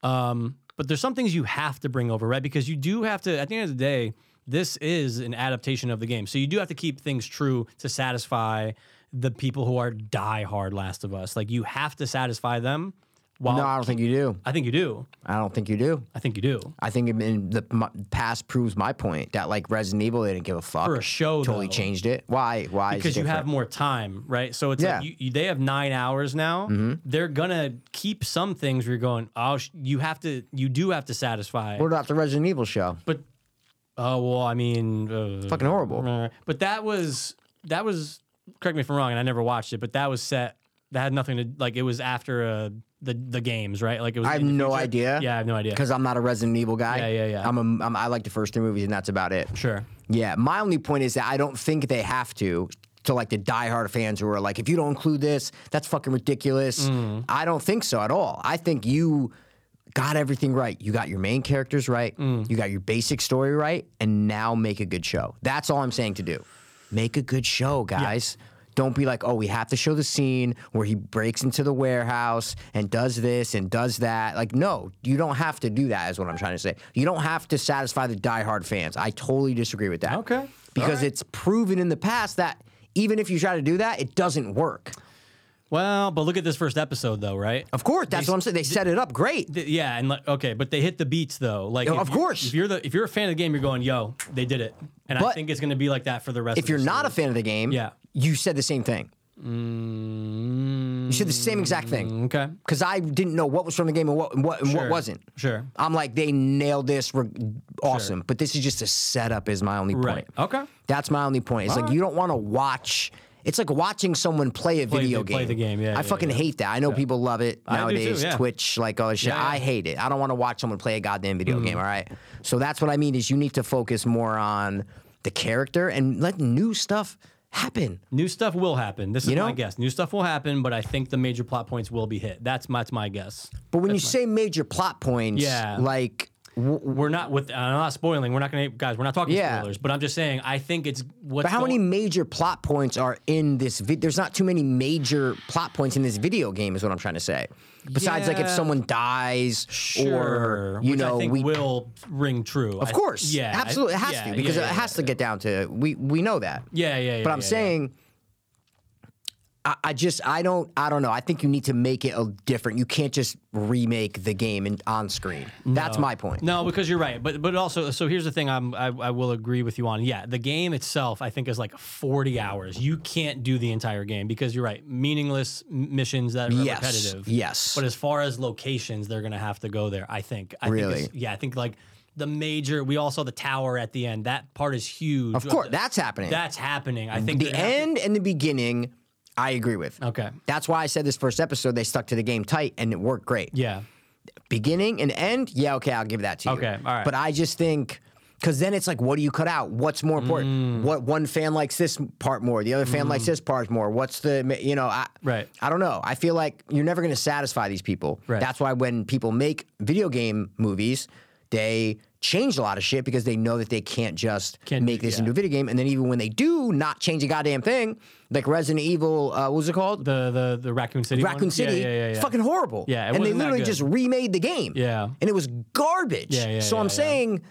Um, but there's some things you have to bring over, right? Because you do have to. At the end of the day, this is an adaptation of the game, so you do have to keep things true to satisfy the people who are diehard Last of Us. Like you have to satisfy them. While
No, I don't think you do.
I think you do.
I don't think you do.
I think you do.
I think in the m- past proves my point that like Resident Evil, they didn't give a fuck.
For a show,
totally
though.
changed it. Why? Why? is it
because you have
different?
more time, right? So it's
Yeah. Mm-hmm.
like you, you, they have nine hours now. They're gonna keep some things where you're going. Oh, sh- you have to. You do have to satisfy.
What about the Resident Evil show?
But oh well, I mean, uh,
Fucking horrible.
uh, But that was that was correct me if I'm wrong, and I never watched it. But that was set. That had nothing to like. It was after uh, the the games, right? Like it was.
I have
in the
no
future.
idea.
Yeah, I have no idea.
Because I'm not a Resident Evil guy.
Yeah, yeah, yeah.
I'm a, I'm, I like the first three movies, and that's about it.
Sure.
Yeah, my only point is that I don't think they have to to like the diehard fans who are like, if you don't include this, that's fucking ridiculous. I don't think so at all. I think you got everything right. You got your main characters right. You got your basic story right, and now make a good show. That's all I'm saying to do. Make a good show, guys. Don't be like, oh, we have to show the scene where he breaks into the warehouse and does this and does that. Like, no, you don't have to do that, is what I'm trying to say. You don't have to satisfy the diehard fans. I totally disagree with that.
Okay.
Because it's proven in the past that even if you try to do that, it doesn't work.
Well, but look at this first episode though, right?
Of course, that's what I'm saying. They set it up great.
Th- yeah, and like, okay, but they hit the beats though. Like,
Oh,
if
of
you-
course.
if you're the if you're a fan of the game, you're going, yo, they did it, and I
But
think it's going to be like that for the rest.
If you're not a fan of the game,
Yeah.
you said the same thing. You said the same exact thing.
okay,
Because I didn't know what was from the game and what and what, and
Sure.
what wasn't.
Sure.
I'm like, they nailed this. Re- awesome. But this is just a setup, is my only
right,
point.
okay,
That's my only point. It's like you don't want to watch. It's like watching someone play a video game.
play the game, yeah,
I
yeah,
fucking
yeah.
hate that. I know people love it
do too,
nowadays.
yeah.
Twitch, like all that shit.
Yeah, Mm-hmm. yeah.
I hate it. I don't want to watch someone play a goddamn video game. All right. So that's what I mean is you need to focus more on the character and let new stuff happen.
new stuff will happen. This is
You
my
know?
guess. New stuff will happen, but I think the major plot points will be hit. That's my, that's my guess.
But when you say major plot points,
Yeah.
like
We're not with. I'm not spoiling. We're not going to guys. We're not talking
Yeah.
spoilers. But I'm just saying. I think it's what's.
But how
going-
many major plot points are in this video? There's not too many major plot points in this video game, is what I'm trying to say. Besides, like if
Yeah.
someone dies,
Sure,
or you
which
know,
I think
we
will ring true.
of course,
yeah, I-
absolutely, it has
yeah,
to because
yeah,
it
yeah,
has to get down to we we know that.
Yeah, yeah, yeah.
but I'm
yeah, yeah.
saying, I, I just I don't I don't know. I think you need to make it a different. You can't just remake the game and on screen. That's my point.
No, because you're right. But but also, so here's the thing. I'm I, I will agree with you on. Yeah, the game itself, I think, is like 40 hours. You can't do the entire game because you're right. Meaningless m- missions that are
Yes,
repetitive.
yes.
But as far as locations, they're gonna have to go there. I think. I Think
Really?
it's- yeah, I think like the major. We all saw the tower at the end. That part is huge.
Of course, that's happening.
That's happening. I think
the
they're gonna have to-
end and the beginning, I agree with.
Okay.
That's why I said this first episode, they stuck to the game tight and it worked great.
Yeah.
Beginning and end, yeah, okay, I'll give that to you.
Okay, all right.
But I just think, because then it's like, what do you cut out? What's more
Mm.
important? What one fan likes this part more, the other fan likes this part more. What's the, you know, I,
Right.
I don't know. I feel like you're never going to satisfy these people.
Right.
That's why when people make video game movies, they change a lot of shit because they know that they can't just
Can't
make
do-
this
yeah.
into a video game. And then even when they do not change a goddamn thing, like Resident Evil, uh, what was it called?
The the the Raccoon City. one?
Raccoon City,
Yeah, yeah, yeah,
it's
yeah.
fucking horrible.
Yeah,
and
it
they
wasn't that
literally
good.
just remade the game.
Yeah.
and it was garbage.
Yeah, yeah,
so
yeah,
I'm
yeah.
saying,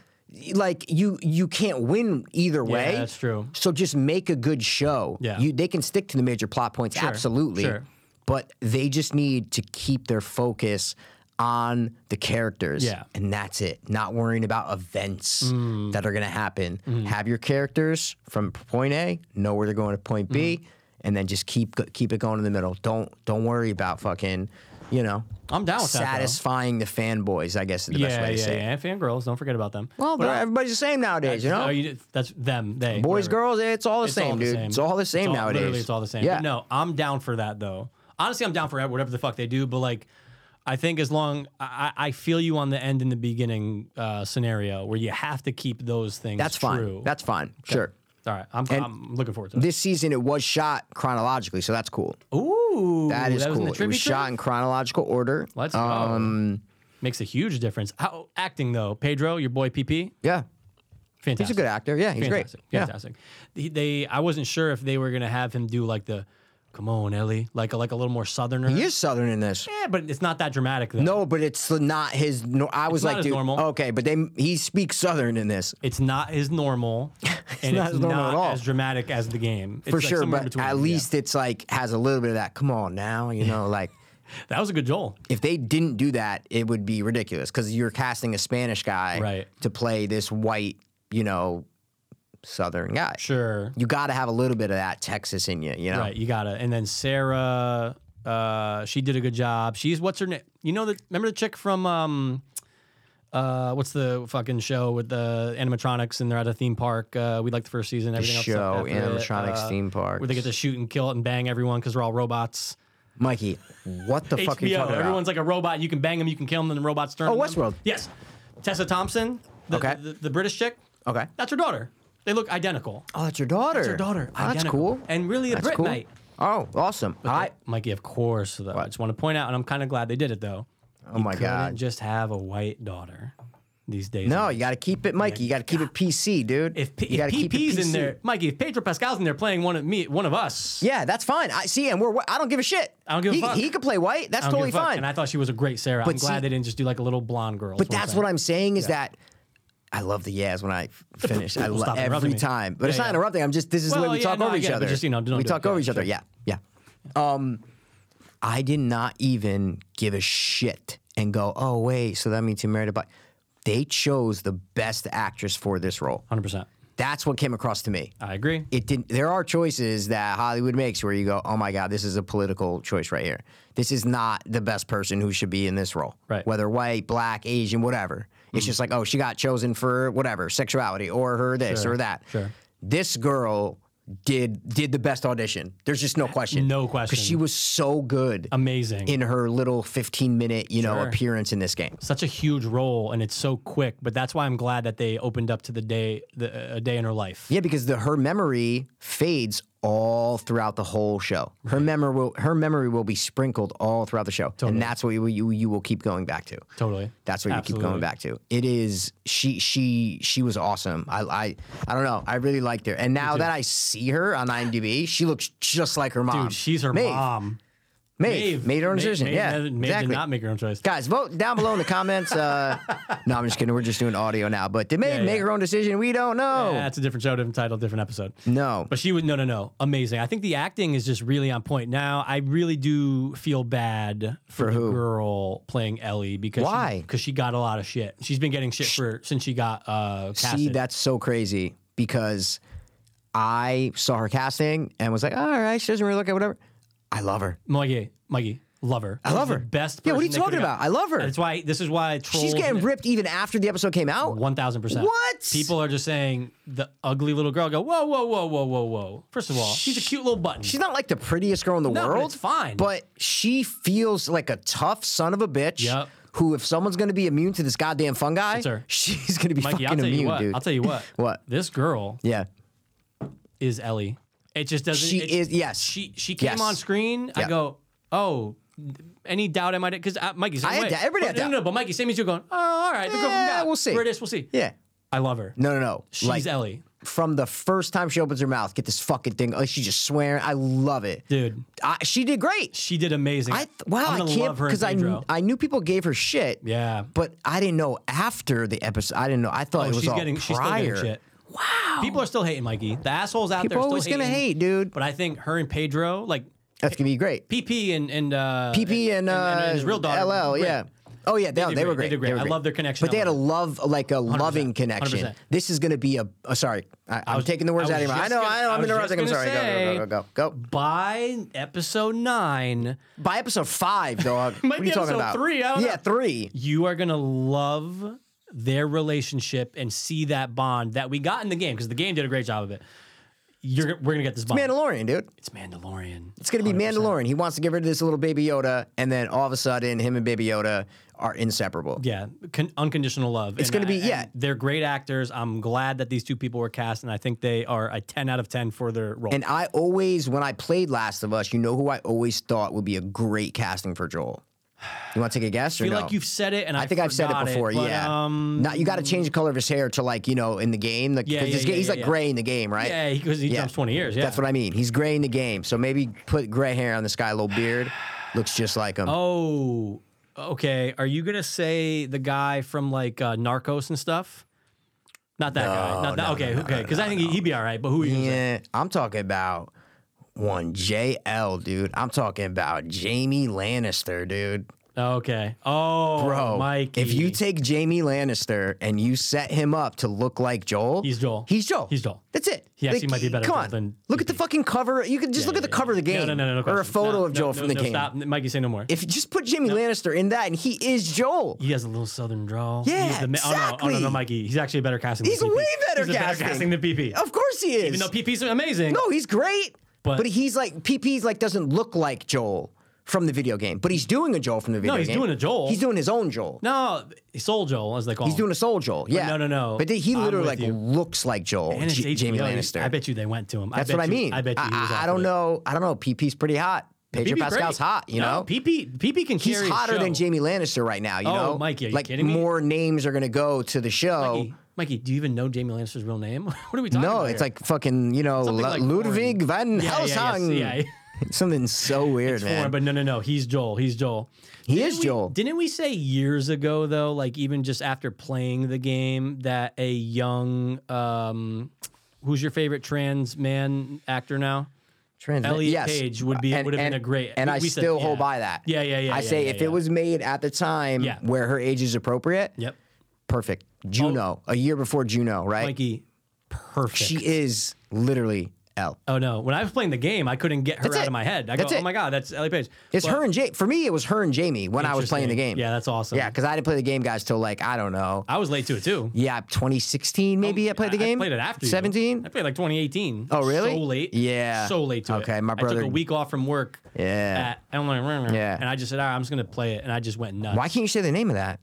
like, you you can't win either way.
that's true.
So just make a good show.
Yeah.
you they can stick to the major plot points absolutely,
sure.
but they just need to keep their focus on the characters.
Yeah. Mm.
and that's it. Not worrying about events that are going to happen. Have your characters from point A know where they're going to point
Mm.
B. And then just keep go- keep it going in the middle. Don't don't worry about fucking, you know.
I'm down with that, though.
satisfying the fanboys. I guess is the best
Yeah,
way to
yeah,
say it.
yeah. And fangirls, don't forget about them.
Well, but everybody's the same nowadays, you know.
Oh, you, that's them. They
Boys,
whatever.
girls, it's all the
It's
same,
all the
dude.
same.
It's all the same
It's all-
nowadays.
Literally, it's all the same.
Yeah.
But no, I'm down for that though. Honestly, I'm down for whatever the fuck they do. But like, I think as long I, I I feel you on the end and the beginning uh, scenario where you have to keep those things.
That's fine.
True.
That's fine. Sure.
all right. I'm, I'm looking forward to it.
This season it was shot chronologically, so that's cool.
Ooh,
That is
that was in
cool.
the
It was
tribute.
shot in chronological order.
Let's go.
um,
Makes a huge difference. How acting though, Pedro, your boy PP,
Yeah,
fantastic.
he's a good actor. Yeah, he's
fantastic,
great. Yeah.
fantastic. They, they, I wasn't sure if they were gonna have him do like the, come on Ellie, like a, like a little more southerner.
He is southern in this.
Yeah, but it's not that dramatic though.
No, but it's not his. No, I was
not
like,
his
dude,
normal.
okay, but they he speaks southern in this
It's not his normal, and
not
it's
his normal
not
at all.
as dramatic as the game. It's
for
like
sure.
somewhere in
But
between,
at
yeah.
least it's like has a little bit of that. Come on now, you know, like
that was a good Joel.
if they didn't do that, it would be ridiculous because you're casting a Spanish guy
Right.
to play this white, you know, southern guy.
Sure,
You got to have a little bit of that Texas in you, you know.
right, you got it. And then Sarah, uh, she did a good job. She's what's her name? You know the remember the chick from um, uh, what's the fucking show with the animatronics and they're at a theme park. Uh, we like the first season. Everything
Show
else after it,
animatronics
uh,
theme park.
where they get to shoot and kill and bang everyone because they're all robots.
Mikey, what the fuck are you
HBO.
talking about?
Everyone's like a robot. You can bang them, you can kill them, and the robots turn.
Oh,
on them.
Westworld.
Yes. Tessa Thompson, the,
Okay. Oh.
the, the British chick.
Okay.
That's her daughter. They look identical.
Oh, that's your daughter.
That's her daughter.
Oh, that's
Identical.
cool.
And really a
That's
Brit,
cool.
mate.
Oh, awesome. I,
Mikey, of course, though. I just want to point out, and I'm kind of glad they did it, though.
oh my
Couldn't
god.
just have a white daughter these days.
No, you got to keep it, Mikey. You got to keep it PC, dude.
If, P-
you
if
gotta keep it
PP's in
PC.
there, Mikey, if Pedro Pascal's in there playing one of me, one of us,
Yeah, that's fine. I see, and we're. I don't give a shit.
I don't give a
he,
fuck.
He could play white. That's
I don't give
totally
a fuck.
fine.
And I thought she was a great Sarah. I'm
see-
glad they didn't just do like a little blonde girl.
But that's what I'm saying is that I love the yes when I finish. I
Well,
love
stop
every
interrupting me.
time, but it's
Yeah,
not
yeah.
interrupting. I'm just this is the
Well,
way we
yeah,
talk
no, I
over each
get it, but
other.
just, you know, don't
we
do
talk
it.
over
Yeah,
each other.
sure.
Yeah, yeah. Um, I did not even give a shit and go, oh wait, so that means you married a bi-" They chose the best actress for this role.
100%.
That's what came across to me.
I agree.
It didn't. There are choices that Hollywood makes where you go, oh my god, this is a political choice right here. This is not the best person who should be in this role,
Right. Mm-hmm.
Whether white, black, Asian, whatever. It's just like, oh, she got chosen for whatever sexuality or her this
Sure,
or that.
sure.
This girl did did the best audition. There's just no question.
No question.
Because she was so good
Amazing.
in her little 15 minute, you know,
Sure.
appearance in this game.
Such a huge role, and it's so quick. But that's why I'm glad that they opened up to the day, the, a day in her life.
Yeah, because the her memory fades all throughout the whole show. Her memory will her memory will be sprinkled all throughout the show, and that's what you, you you will keep going back to.
Totally.
That's what you keep
Absolutely.
going back to. It is she she she was awesome. I I I don't know. I really liked her, and now that I see her on IMDb, she looks just like her mom.
Dude, she's her
Um, Maeve.
mom.
Maeve, made her own decision.
Maeve,
yeah,
Maeve
exactly.
did not make her own choice.
Guys, vote down below in the comments. Uh, no, I'm just kidding. We're just doing audio now. But did Maeve
Yeah,
make
yeah.
her own decision? We don't know.
Yeah, That's a different show, different title, different episode.
No.
But she was no, no, no, amazing. I think the acting is just really on point. Now I really do feel bad for, the
who?
girl playing Ellie because
Why?
Because she, got a lot of shit. She's been getting shit for since she got uh, casted.
See, that's so crazy because I saw her casting and was like, all right, she doesn't really look at whatever. I love her.
Mikey, Mikey, love her.
I love
She's
her.
The best.
Yeah, what are you
person they
talking
could've got.
about? I love her.
That's why. This is why trolls.
She's getting ripped even after the episode came out.
One thousand percent.
What?
People are just saying the ugly little girl. Go whoa, whoa, whoa, whoa, whoa, whoa. First of all, she's a cute little button.
She's not like the prettiest girl in the
No, but
world.
it's fine.
But she feels like a tough son of a bitch.
Yep.
Who, if someone's going to be immune to this goddamn fungi,
her.
she's going to be
Mikey,
fucking
I'll tell
immune,
you what.
dude.
I'll tell you what.
What?
This girl
Yeah.
is Ellie. It just doesn't.
She
it-
is- yes.
She she came
Yes.
on screen. I
Yeah.
go, oh, any doubt I might because uh, Mikey. Same
I had
way.
doubt. Everybody had
but, no,
doubt.
No, no, but Mikey, same as you going. Oh, all right. The girl from
Yeah,
God.
we'll see.
British, we'll see.
Yeah.
I love her.
No, no, no.
she's
like,
Ellie,
from the first time she opens her mouth, get this fucking thing. Oh, she's just swearing. I love it.
dude.
I, she did great.
She did amazing.
I th- wow,
I'm
I
gonna
can't
love her and
because I kn-
Pedro.
I knew people gave her shit.
yeah. Oh,
but I didn't know after the episode. I didn't know. I thought it was
she's
all
getting
prior.
she's still getting shit. Wow. People are still hating Mikey. The assholes out
People
there are
always
still
gonna
hating,
hate, dude.
But I think her and Pedro, like
That's gonna be great.
PP and and uh,
PP and, uh,
his real daughter,
LL,
Rick,
yeah. Oh yeah, they,
did
they were
great.
great.
They did great. I love their connection.
But they
I
had a love, like a loving connection.
100%.
This is going to be a. oh, sorry, I, I'm
was-
taking the words
I
out of
was
your mouth. I
just
know,
gonna-
I know.
I
I'm
was just
interrupting. I'm
gonna
sorry. go, go, go, go, go.
By episode nine,
By episode five, dog. what
Might
are
be
you talking
episode
about?
three, I don't
yeah,
know.
three.
you are gonna love their relationship and see that bond that we got in the game because the game did a great job of it. You're we're gonna get this bond.
Mandalorian, dude.
it's Mandalorian.
It's gonna be Mandalorian. He wants to get rid of this little baby Yoda, and then all of a sudden, him and Baby Yoda are inseparable.
Yeah, con- unconditional love. It's
gonna be- yeah.
They're great actors. I'm glad that these two people were cast, and I think they are a 10 out of 10 for their role.
And I always, when I played Last of Us, you know who I always thought would be a great casting for Joel. You want to take a guess or
I feel
no?
like you've said it, and I,
I think I've said it
forgot
before.
but,
yeah.
Um,
Not you got to change the color of his hair to like you know in the game. Like,
Yeah,
'cause
yeah,
he's,
yeah,
he's
yeah,
like
yeah.
gray in the game, right?
yeah, because he, jumps 20 years. Yeah,
That's what I mean. He's gray in the game, so maybe put gray hair on this guy, little beard, looks just like him.
Oh, okay. Are you gonna say the guy from like uh, Narcos and stuff? Not that guy. Not that. okay, okay. Because I think he- he'd be all right. But who are you? gonna say?
Yeah, I'm talking about one JL, dude. I'm talking about Jamie Lannister, dude.
Okay. Oh,
Bro,
Mikey.
if you take Jamie Lannister and you set him up to look like Joel,
He's Joel.
He's Joel.
He's Joel.
That's it.
He actually might be better
Come
Joel
on,
than
look at the fucking cover. You can just look at the cover of the
No,
game.
no, no, no, no
or a
questions.
photo
No,
of
no,
Joel
no,
from the
no,
game.
Stop, Mikey. Say no more.
If you just put Jamie Lannister in that, and he is Joel.
He has a little southern drawl.
Yeah,
He is the ma- Oh, no, oh, no, no,
exactly.
Mikey. He's actually a better casting.
He's
than PP.
way better
He's a
casting.
casting than PP.
Of course he is.
Even though PP's amazing.
No, he's great.
But-
But, he's like PP's like doesn't look like Joel from the video game, but he's doing a Joel from the video
he's
game.
doing a Joel.
He's doing his own Joel.
No, Soul Joel, as they call
He's doing a soul Joel. Yeah.
no, no, no.
But he
I'm
literally
with
like
you.
looks like Joel,
And it's
J-
HBO.
Jamie Lannister.
E. I bet you they went to him.
That's
I bet
what I
you-
mean.
I bet you. he was
I,
after
don't
it.
know. I don't know. PP's pretty hot. Pedro
PP
Pascal's
great.
hot. You
No,
know.
PP PP can
He's
carry a
hotter than
show.
Jamie Lannister right now, you
Oh,
know.
Mikey, are you
like
kidding me?
more names are gonna go to the show.
Mikey, Mikey, do you even know Jamie Lannister's real name? what are we talking about?
No, it's
here?
like fucking, you know, Lu-
Something like
Ludwig van
yeah, yeah, yes,
Helsing.
yeah.
Something so weird,
It's
man.
foreign, but no, no, no. He's Joel. He's Joel.
He
Didn't
is
we-
Joel.
Didn't we say years ago though, like even just after playing the game, that a young, um, who's your favorite trans man actor now?
Trans-
Elliot Page would be- would have been a great-
And
we-
I
we said-
still hold
yeah.
by that.
Yeah, yeah, yeah,
I
yeah,
say
yeah,
if
yeah.
it was made at the time
Yeah.
where her age is appropriate,
Yep,
perfect. Juno, a year before Juno, right?
Mikey. Perfect.
she is literally L.
oh no! When I was playing the game, I couldn't get her
That's
out
it.
of my head. I
That's
go,
it.
oh my god, that's Ellie Page.
It's
But-
her and Jay. For me, it was her and Jamie when I was playing the
Interesting.
game.
Yeah, that's awesome.
Yeah, because I didn't play the game, guys, till like I don't know.
I was late to it too.
Yeah, 2016 maybe I played the
Oh, I- I
game.
played it after you.
17.
I played like 2018.
Oh, really?
So late.
Yeah.
So late to it.
Okay, my
I
brother-
took a week off from work.
Yeah.
At, I'm like, "Rrr, rrr,"
Yeah.
And I just said, all right, I'm just gonna play it, and I just went nuts.
Why can't you say the name of that?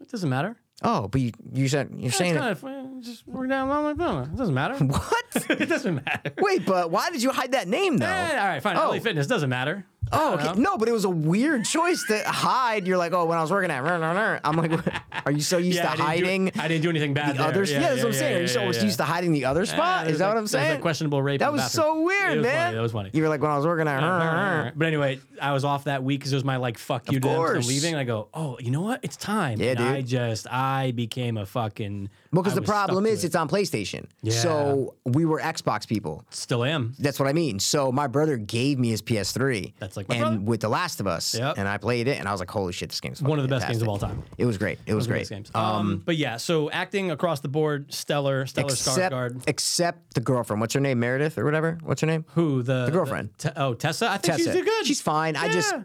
It doesn't matter.
Oh, but you, you said you're
It's
saying it.
kind of eh, just work down my phone. It doesn't matter.
what?
it doesn't matter.
Wait, but why did you hide that name though?
Eh, all right, fine.
Oh.
Ellie Fitness doesn't matter.
Oh, okay. no, but it was a weird choice to hide. You're like, oh, when I was working at, rah, rah, rah." I'm like, what? are you so used
Yeah,
to
I didn't do-
hiding
I didn't do anything bad.
the
there.
others? Yeah, that's what I'm saying. are you so
yeah, yeah.
used to hiding the other spot?
Eh,
Is that
like-
what I'm
That
saying?
was like questionable rape. in
that
the
was
bathroom.
so
It
weird,
was funny,
man.
That was funny.
You were like, when I was working at, rah, rah, rah."
But anyway, I was off that week because it was my like fuck you. Of I'm
course.
leaving. And I go, oh, you know what? It's time.
Yeah,
and
dude.
I just I became a fucking.
because
I
the
was stuck
problem
to
is
it.
it's on PlayStation.
Yeah.
So we were Xbox people.
still am.
That's what I mean. So my brother gave me his PS3.
That's like my
and
brother.
with The Last of Us.
Yep.
And I played it, and I was like, holy shit, this game's
One of the best
fucking
games of
fantastic.
all time.
It was great. It was great.
Best games. Um, but yeah, so acting across the board, stellar, stellar Skarsgård.
except, except the girlfriend. What's her name? Meredith or whatever. What's her name?
Who the, the
girlfriend.
Te- oh, Tessa. I think
Tessa.
she's did good.
She's fine. I just,
Yeah.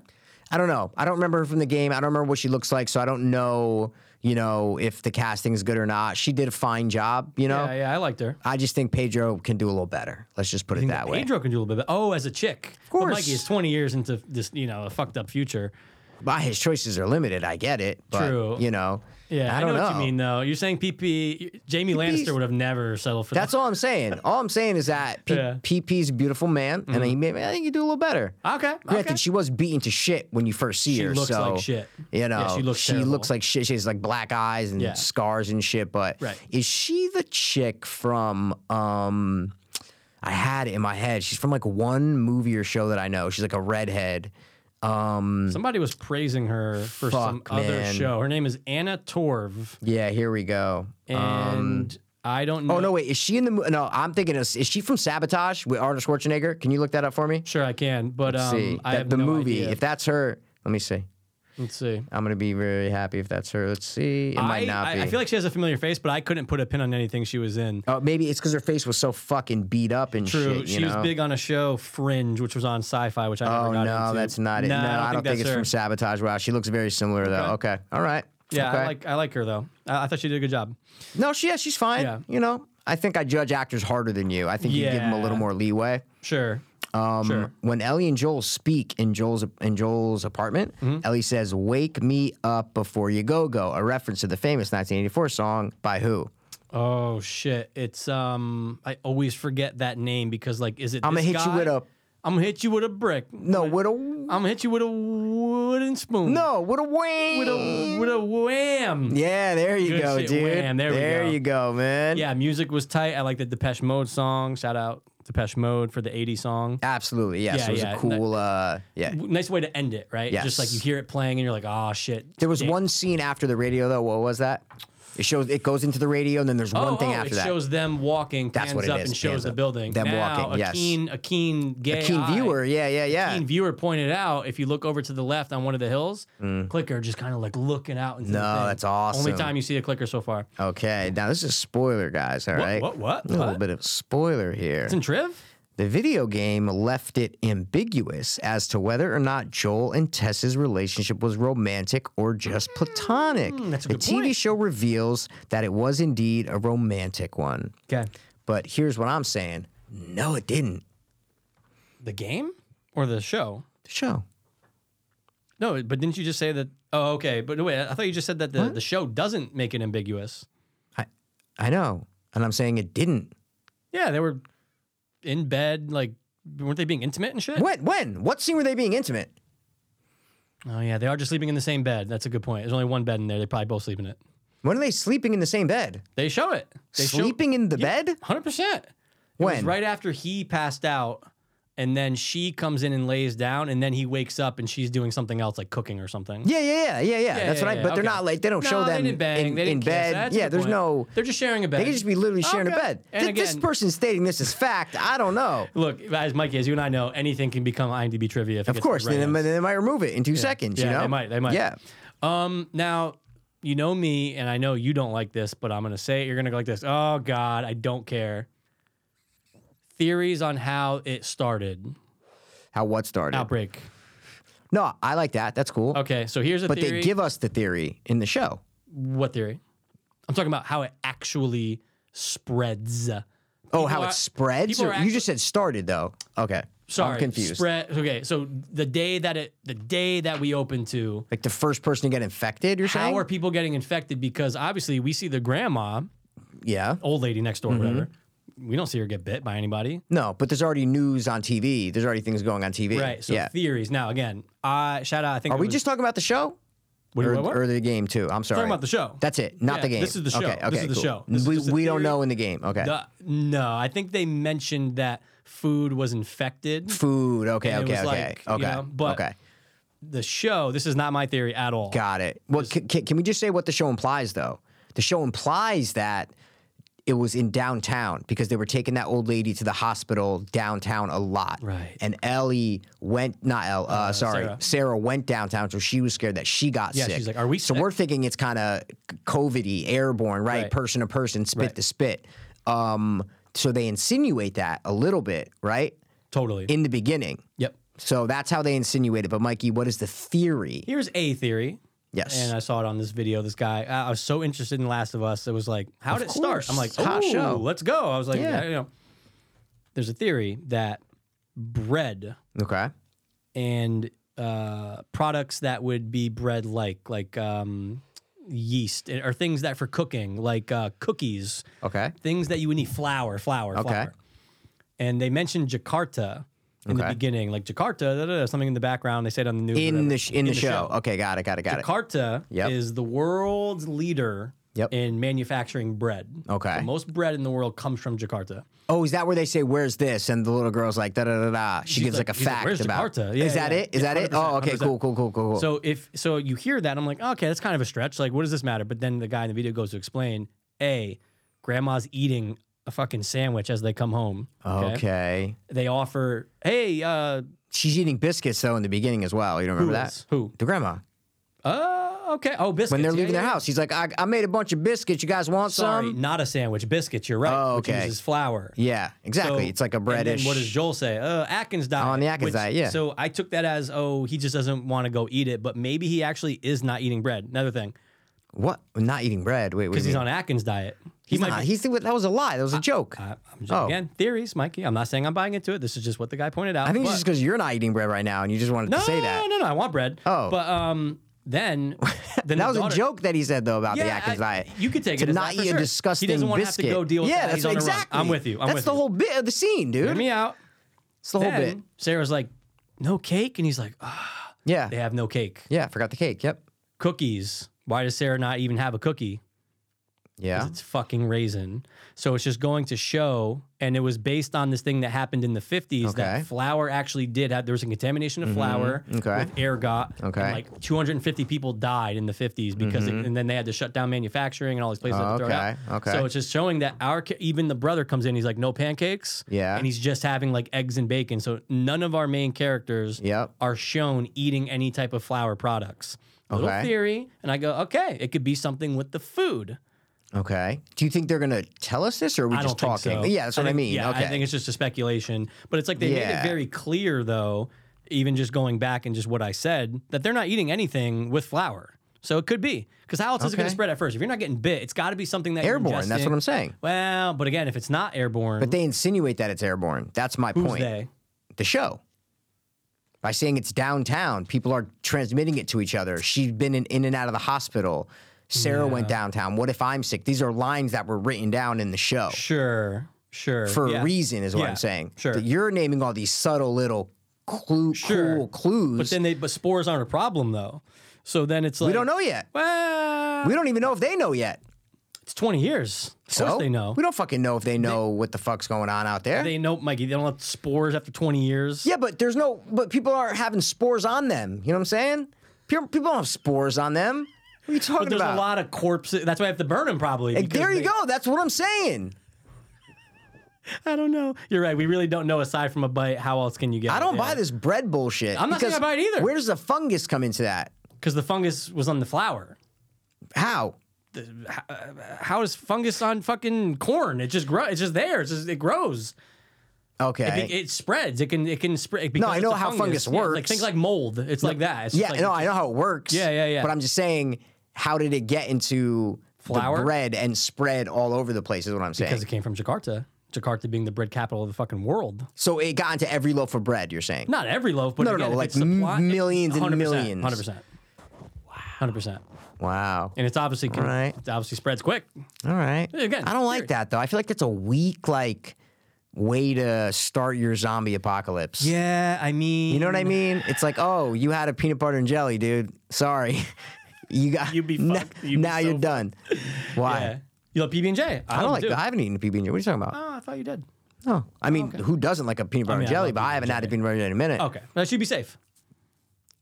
I don't know. I don't remember her from the game. I don't remember what she looks like, so I don't know. You know if the casting is good or not. She did a fine job. You know,
Yeah, yeah, I liked her.
I just think Pedro can do a little better. Let's just put it that way.
Pedro can do a little bit. Oh, as a chick, of
course.
Mikey is twenty years into this, you know, a fucked up future.
But his choices are limited. I get it. But,
True.
You know.
Yeah, I,
I don't
know, what you mean though. You're saying PP Jamie Lannister would have never settled for
That's all I'm saying. All I'm saying is that P-
Yeah. Mm-hmm.
PP's a beautiful man, and he may, I think he do a little better.
that. Okay,
Granted,
okay.
she was beaten to shit when you first see her.
looks
so,
like shit.
You know,
Yeah, she
she
looks
looks
terrible.
like shit. She has like black eyes and
Yeah.
scars and shit. But
Right.
is she the chick from? um I had it in my head. She's from like one movie or show that I know. She's like a redhead. Um,
Somebody was praising her for some
Fuck,
other
man.
show. Her name is Anna Torv,
yeah, here we go.
and I don't know.
Um, oh no, wait, is she in the? mo- No, I'm thinking of, is she from Sabotage with Arnold Schwarzenegger? Can you look that up for me?
Sure, I can, but um,
see
I
that-
have
the
no
movie.
idea.
If that's her, let me see.
Let's see.
I'm gonna be very happy if that's her. Let's see. It
I,
might not
I,
be.
I feel like she has a familiar face, but I couldn't put a pin on anything she was in.
Oh, maybe it's because her face was so fucking beat up and
True,
shit. You
she
know?
was big on a show Fringe, which was on Sci-Fi, which I never
Oh
got
no,
into.
that's not it.
Nah,
no, I don't think,
that's
it's
her.
from Sabotage. Wow, she looks very similar though. Okay, all right.
Yeah,
okay.
I like I like her though. I, I thought she did a good job.
no, she yeah, she's fine.
Yeah.
You know, I think I judge actors harder than you. I think you give them a
Yeah.
little more leeway.
Sure.
Um,
Sure.
When Ellie and Joel speak in Joel's in Joel's apartment,
Mm-hmm.
Ellie says, "Wake me up before you go go," a reference to the famous 1984 song by who?
Oh shit! It's um, I always forget that name because like, is it?
I'ma
this
hit you
guy?
with a-
I'm gonna hit you with a brick. I'm
No, what a
gonna hit you with a wooden spoon.
no, what a wham!
with a with a wham.
yeah, there you
Good
go,
shit,
dude.
wham, there we go.
you go, man.
Yeah, music was tight. I like the Depeche Mode song. Shout out Depeche Mode for the '80s song.
Absolutely, yes.
Yeah,
it was
yeah.
a cool, uh, yeah.
W- Nice way to end it, right?
Yes.
Just like you hear it playing and you're like, oh shit.
There was
Damn.
one scene after the radio though. What was that? It shows it goes into the radio, and then there's one
Oh,
thing
oh,
after
it
that.
shows them walking,
That's
pans
what it
up
is,
and shows
pans
the
up.
building.
Them
Now,
walking,
a
yes.
Keen, a keen gay,
Keen
eye-
viewer, yeah, yeah, yeah.
keen viewer pointed out if you look over to the left on one of the hills, clicker just kind of like looking out. Into the
Mm. No,
thing.
that's
Only
awesome.
time you see a clicker so far.
Okay, now this is a spoiler, guys. All right,
what, what,
A little
what?
bit of a spoiler here.
It's in Triv.
The video game left it ambiguous as to whether or not Joel and Tess's relationship was romantic or just platonic.
Mm, that's a
the
good
TV
point.
show reveals that it was indeed a romantic one.
Okay.
But here's what I'm saying: No, it didn't.
The game or the show?
The show.
No, but didn't you just say that? Oh, okay. But wait, I thought you just said that the, the show doesn't make it ambiguous.
I, I know, and I'm saying it didn't.
Yeah, they were in bed, like, weren't they being intimate and shit?
When? When? What scene were they being intimate?
Oh, yeah, they are just sleeping in the same bed. That's a good point. There's only one bed in there. They probably both sleep in it.
When are they sleeping in the same bed?
They show it. They
sleeping in the bed?
show 100%. It was
When?
right after he passed out and then she comes in and lays down, and then he wakes up and she's doing something else like cooking or something.
Yeah, yeah, yeah, yeah, yeah. That's
yeah,
what I.
yeah,
But they're
okay.
not like they don't
No,
show
they
them
didn't bang,
in,
they didn't
in
kiss.
bed.
That's a
yeah,
good
there's
point.
no.
They're just sharing a bed.
They could just be literally sharing a
Okay.
bed.
And
Th- this
again-
person stating this is fact. I don't know.
Look, as Mike is, you and I know anything can become IMDb trivia. If it
Of
gets
course,
right
then,
on.
they- then they might remove it in two seconds. you
Yeah,
know,
they might, they might.
Yeah,
Um, now you know me, and I know you don't like this, but I'm gonna say it. You're gonna go like this. Oh God, I don't care. Theories on how it started.
how what started?
Outbreak.
No, I like that. That's cool.
Okay, so here's a
but they
theory.
give us the theory in the show.
what theory? I'm talking about how it actually spreads.
Oh, how
People
it
are-
spreads?
people are
Or- you just said started though. Okay,
Sorry,
I'm confused.
Spread. Okay, so the day that it, the day that we open to,
Like the first person to get infected, you're
how
saying?
are people getting infected? Because obviously we see the grandma,
yeah.
old lady next
Mm-hmm.
door, whatever. We don't see her get bit by anybody.
No, but there's already news on TV. There's already things going on TV.
Right. So
yeah.
theories. Now again, I shout out. I think
Are
it
we
was-
just talking about the show?
What do
or,
you- what?
or the game too? I'm sorry.
about the show.
That's it, not
Yeah,
the game.
this is the show.
Okay,
This
okay,
is the
cool.
show. This is
we
just a
we don't
theory.
know in the game. Okay.
Uh, no, I think they mentioned that food was infected.
Food. Okay.
And it
Okay.
was
Okay.
like, you
okay.
know, but-
okay.
The show. This is not my theory at all.
Got it. Well, c- c- can we just say what the show implies though? The show implies that it was in downtown because they were taking that old lady to the hospital downtown a lot.
Right.
And Ellie went, not Elle, uh, sorry,
Sarah.
Sarah. went downtown, so she was scared that she got
Yeah,
sick.
she's like, "Are we
So
sick?"
we're thinking it's kind of COVID y, airborne, right?
Right.
Person to person, spit
Right.
to spit. Um, so they insinuate that a little bit, right?
Totally.
In the beginning.
yep.
So that's how they insinuate it. But Mikey, what is the theory?
Here's a theory.
Yes.
And I saw it on this video. This guy, I I was so interested in Last of Us. It was like, how did it start? I'm like,
course. Hot
oh,
show.
let's go. I was like,
Yeah.
you know, there's a theory that bread
Okay.
and uh, products that would be bread like, like um, yeast eh, or things that for cooking, like uh, cookies,
Okay.
things that you would need flour, flour, flour. And they mentioned Jakarta in the
Okay.
beginning, like Jakarta, da, da, da, something in the background. They said on the news.
in
whatever.
the sh- in, the, show. Okay, got it, got it, got it.
Jakarta
Yep.
is the world's leader
Yep.
in manufacturing bread.
Okay.
The most bread in the world comes from Jakarta.
Oh, is that where they say "Where's this?" and the little girl's like da da da da. She
She's
gives like,
like-
a
she's like,
fact
"Where's
about.
Jakarta?" Yeah,
is that
yeah.
it? Is that it?
100%,
Oh, okay, cool, cool, cool, cool, cool.
So if so you hear that, I'm like, okay, that's kind of a stretch. Like, what does this matter? But then the guy in the video goes to explain, A, grandma's eating a fucking sandwich as they come home.
okay.
They offer, hey, uh,
she's eating biscuits though in the beginning as well. You don't remember
who?
that?
else? Who?
The grandma
Uh, okay. Oh, biscuits.
when they're
Yeah,
leaving
yeah,
their
yeah.
house, she's like, I, "I made a bunch of biscuits. You guys want
Sorry,
some?"
not a sandwich. Biscuits. You're right.
Oh,
Which
okay.
uses flour.
Yeah, exactly.
So-
it's like a
and then
breadish.
What does Joel say? Uh, Atkins diet.
On the Atkins diet, yeah.
So I took that as oh he just doesn't want to go eat it, but maybe he actually is not eating bread. Another thing
what? Not eating bread. Wait, wait.
because he's on Atkins diet. He
He's not.
Be,
He's that was a lie. That was a joke.
I, I'm just,
Oh.
Again, theories, Mikey. I'm not saying I'm buying into it. This is just what the guy pointed out.
I think
but-
it's just because you're not eating bread right now, and you just wanted
no,
to say
No,
that.
no, no. I want bread.
Oh.
but um, then then the
That was
daughter-
a joke that he said though about the
Yeah,
Atkins
I-
diet.
You could take
to
it as
not
that for
eat
sure.
a disgusting
He doesn't want to have
biscuit.
to go deal with
yeah,
that.
that's
He's on the run.
exactly.
I'm with you. I'm
that's
with
the
you.
whole bit of the scene, dude.
Hear me out.
It's the whole
then
bit.
Sarah's like, no cake, and he's like, ah,
Yeah,
they have no cake.
yeah. Forgot the cake. Yep.
cookies. Why does Sarah not even have a cookie?
Yeah.
It's fucking raisin. So it's just going to show, and it was based on this thing that happened in the 50s
Okay. Mm-hmm.
that flour actually did have, there was a contamination of flour
Okay.
with ergot. and,
Okay. Mm-hmm.
like 250 people died in the 50s because, it, and then they had to shut down manufacturing and all these places. had to throw it out.
Okay, okay.
So it's just showing that our, ki- even the brother comes in, he's like, no pancakes.
Yeah.
And he's just having like eggs and bacon. So none of our main characters
Yep.
are shown eating any type of flour products. Little
Okay.
theory, and I go, okay, it could be something with the food.
Okay. Do you think they're gonna tell us this, or are we
I
just
don't
talking?
think so.
Yeah, that's what I,
think-
mean.
Yeah,
okay.
I think it's just a speculation, but it's like they made it
Yeah.
very clear, though, even just going back and just what I said, that they're not eating anything with flour. So it could be because how else is it going to
Okay.
spread at first? If you're not getting bit, it's got to be something that You're
airborne. That's what
ingesting.
I'm saying.
Well, but again, if it's not airborne,
But they insinuate that it's airborne. That's my
who's
point.
they?
The show. By saying it's downtown, people are transmitting it to each other. She's been in, in and out of the hospital. Sarah went downtown. What if I'm sick? These are lines that were written down in the show.
Sure, sure.
for
yeah.
a reason is what
Yeah,
I'm saying.
sure.
That you're naming all these subtle little clue,
Sure.
cool clues.
But then they, but spores aren't a problem though. So then it's like
we don't know yet.
Well,
We don't even know if they know yet.
It's 20 years. Of
So
course they know.
We don't fucking know if they know what the fuck's going on out there.
They know, Mikey. They don't have spores after 20 years.
yeah, but there's no. But people aren't having spores on them. You know what I'm saying? People, people don't have spores on them. What are you talking
But there's
about?
a lot of corpses. That's why I have to burn them probably.
Like,
because
there you
they-
go. That's what I'm saying.
I don't know. You're right. We really don't know aside from a bite. How else can you get?
I
it
don't
there?
buy this bread bullshit.
I'm not saying
because
I buy it either.
Where does the fungus come into that?
because the fungus was on the flour.
How?
How is fungus on fucking corn? It just grow. It's just there. It's just, it grows. It,
Okay.
be- it spreads. It can. It can spread.
I know how fungus
like
works.
things like mold. It's like that. It's just
yeah,
like-
no, I know how it works.
Yeah, yeah, yeah.
But I'm just saying, how did it get into
Flour?
the bread and spread all over the place? Is what I'm saying.
because it came from Jakarta. Jakarta being the bread capital of the fucking world.
so it got into every loaf of bread. You're saying?
Not every loaf, but
No, no,
again,
no,
if
like
it's supply,
m- millions and millions.
hundred percent, hundred percent,
Wow.
and it's obviously con-
Right.
it obviously spreads quick.
All right.
Again,
I don't
theory.
like that though. I feel like that's a weak like way to start your zombie apocalypse.
Yeah, I mean,
You know what I mean? It's like, oh, you had a peanut butter and jelly, dude. Sorry. You got
You'd be
N-
fucked. You'd be
now
so
you're
fucked.
done. Why?
Yeah. You love PB and J.
I don't like that. I haven't eaten a PB and J. What are you talking about?
Oh, I thought you did.
No. I mean, who doesn't like a peanut butter
mean, I
and jelly,
love
but
peanut
I haven't
butter
had a peanut butter and jelly in a minute.
Okay, that should be safe.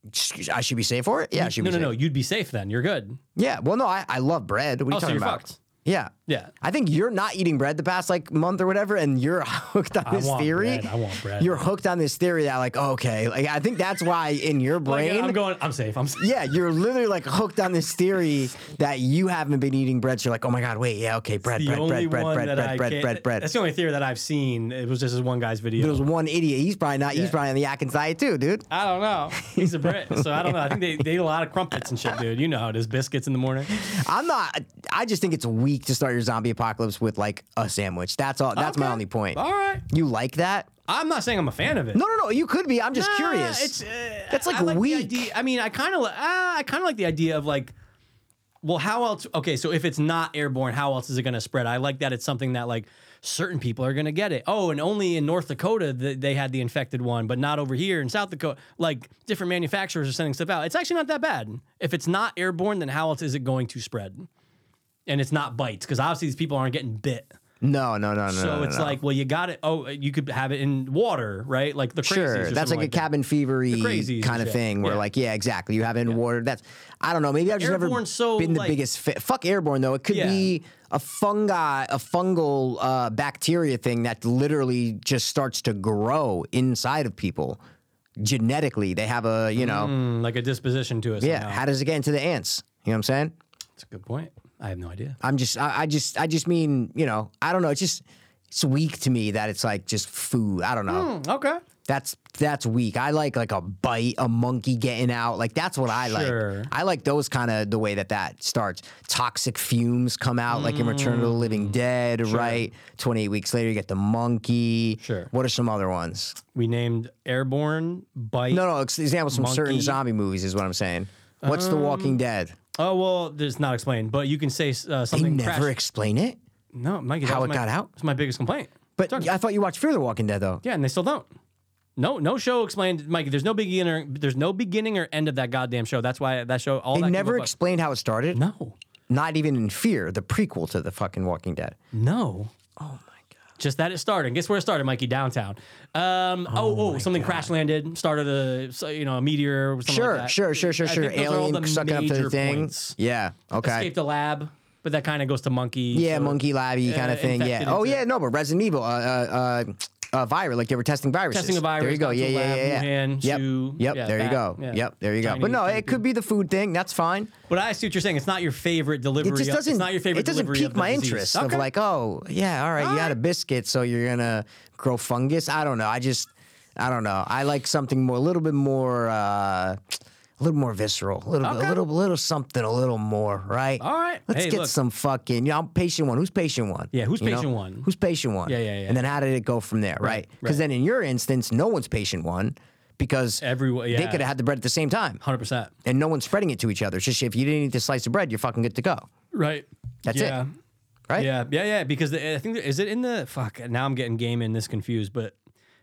Excuse- I should be safe for it? Yeah, I should
no,
be
no,
safe.
no. You'd be safe then. You're good.
Yeah. Well, no, I, I love bread. What are you
Oh, so
talking
you're
about?
fucked.
Yeah.
Yeah.
I think you're not eating bread the past like month or whatever, and you're hooked on this
want
theory.
bread. I want bread.
You're hooked on this theory that like, okay, like I think that's why in your
Like,
brain.
I'm going. I'm safe. I'm safe.
yeah, you're literally like hooked on this theory that you haven't been eating bread. So you're like, oh my god, wait, yeah, okay, bread,
The
bread,
only
bread, bread,
one
bread,
that I
bread, bread,
can't-
bread, bread.
That's the only theory that I've seen. It was just this one guy's video.
There's one idiot. He's probably not.
Yeah.
He's probably on the Atkins diet too, dude.
I don't know. He's a Brit, so I don't know. I think they, they eat a lot of crumpets and shit, dude. You know how it is. Biscuits in the morning.
I'm not. I just think it's weak to start your zombie apocalypse with like a sandwich. That's all. That's my
Okay.
only point.
All right.
You like that?
I'm not saying I'm a fan of it.
No, no, no. You could be. I'm just
Nah,
curious.
It's uh,
That's, like,
I the
weak.
idea- I mean, I kind of uh, I kind of like the idea of like, well, how else? Okay, so if it's not airborne, how else is it going to spread? I like that it's something that like certain people are going to get it. Oh, and only in North Dakota th- they had the infected one, but not over here in South Dakota. Like different manufacturers are sending stuff out. It's actually not that bad. If it's not airborne, then how else is it going to spread? And it's not bites because obviously these people aren't getting bit.
no, no, no, no.
So
no, no,
it's
no.
like, well, you got it. Oh, you could have it in water, right? Like the crazies or
Sure, that's
something
like, a
that.
cabin fevery
crazies
kind
and
of
shit.
thing where,
Yeah.
like, yeah, exactly. You have it in water. That's I don't know. Maybe I've just never
Airborne's so,
been the
like-
biggest fa- fuck airborne though. It could
Yeah.
be a fungi, a fungal uh, bacteria thing that literally just starts to grow inside of people genetically. They have a you know,
Mm, like a disposition to it.
yeah.
somehow.
How does it get into the ants? You know what I'm saying?
That's a good point. I have no idea.
I'm just, I, I just, I just mean, you know, I don't know. It's just, it's weak to me that it's like just food. I don't know.
okay.
That's that's weak. I like like a bite, a monkey getting out. Like that's what I
Sure.
like. I like those kind of the way that that starts. Toxic fumes come out, like in Return of the
Mm.
Living Dead, right? Twenty eight weeks later, you get the monkey.
Sure.
What are some other ones?
We named Airborne Bite.
No, no. ex- Examples from certain
Monkey.
zombie movies is what I'm saying. What's The Walking Dead?
Oh well, it's not explained, but you can say
They
uh, something.
never
crash-
explain it.
no, Mikey, that
how
was
it
my,
got out?
It's my biggest complaint.
But I thought you watched Fear the Walking Dead though.
Yeah, and they still don't. No, no show explained, Mikey. There's no beginner. There's no beginning or end of that goddamn show. That's why that show all
They
that
never
gave a fuck-
explained how it started.
No,
Not even in Fear, the prequel to the fucking Walking Dead.
no. Oh my god. Just that it started. Guess where it started, Mikey? Downtown. Um, oh, oh, something crash landed. Started a so, you know a meteor. Or something
Sure,
like that.
sure, sure, sure,
I
sure.
think those are all
Alien
the
sucking up to the
major
thing.
points.
Yeah. Okay.
escape the lab, but that kind of goes to monkey.
yeah,
so-
monkey labby kind
uh,
of thing. Yeah.
infected
Oh
into-
yeah, no, but Resident Evil, uh, uh, uh, uh virus. Like they were testing viruses.
Testing a virus,
There you go.
got to
Yeah,
a
yeah,
lab,
yeah, yeah.
Wuhan,
yep.
to-
yep.
yeah,
there you
back,
go.
yeah.
Yep. There you go. but
Chinese
no,
kind
it
of
could be the food thing. That's fine.
But I see what you're saying. It's not your favorite delivery.
It just
of-
doesn't.
It's not your favorite.
it doesn't
delivery
pique
of the
my
disease.
interest.
Okay.
Of like, oh yeah, all right, you had a biscuit, so you're gonna grow fungus. I don't know. I just, I don't know. I like something more, a little bit more, uh, a little more visceral, a little, bit,
Okay.
a little, a little something, a little more. Right.
All right.
Let's
Hey,
get
look.
some fucking. You know, I'm patient one. Who's patient one?
Yeah, who's
You know?
patient one?
Who's patient one?
Yeah, yeah, yeah.
And then how did it go from there? Right. Because
right.
then in your instance, no one's patient one because
Everyone-
they
yeah.
could have had the bread at the same time.
hundred percent.
And no one's spreading it to each other. It's just if you didn't eat the slice of bread, you're fucking good to go.
Right.
That's it.
yeah.
Right?
Yeah, yeah, yeah. Because the, I think there- is it in the fuck. Now I'm getting game in this confused, but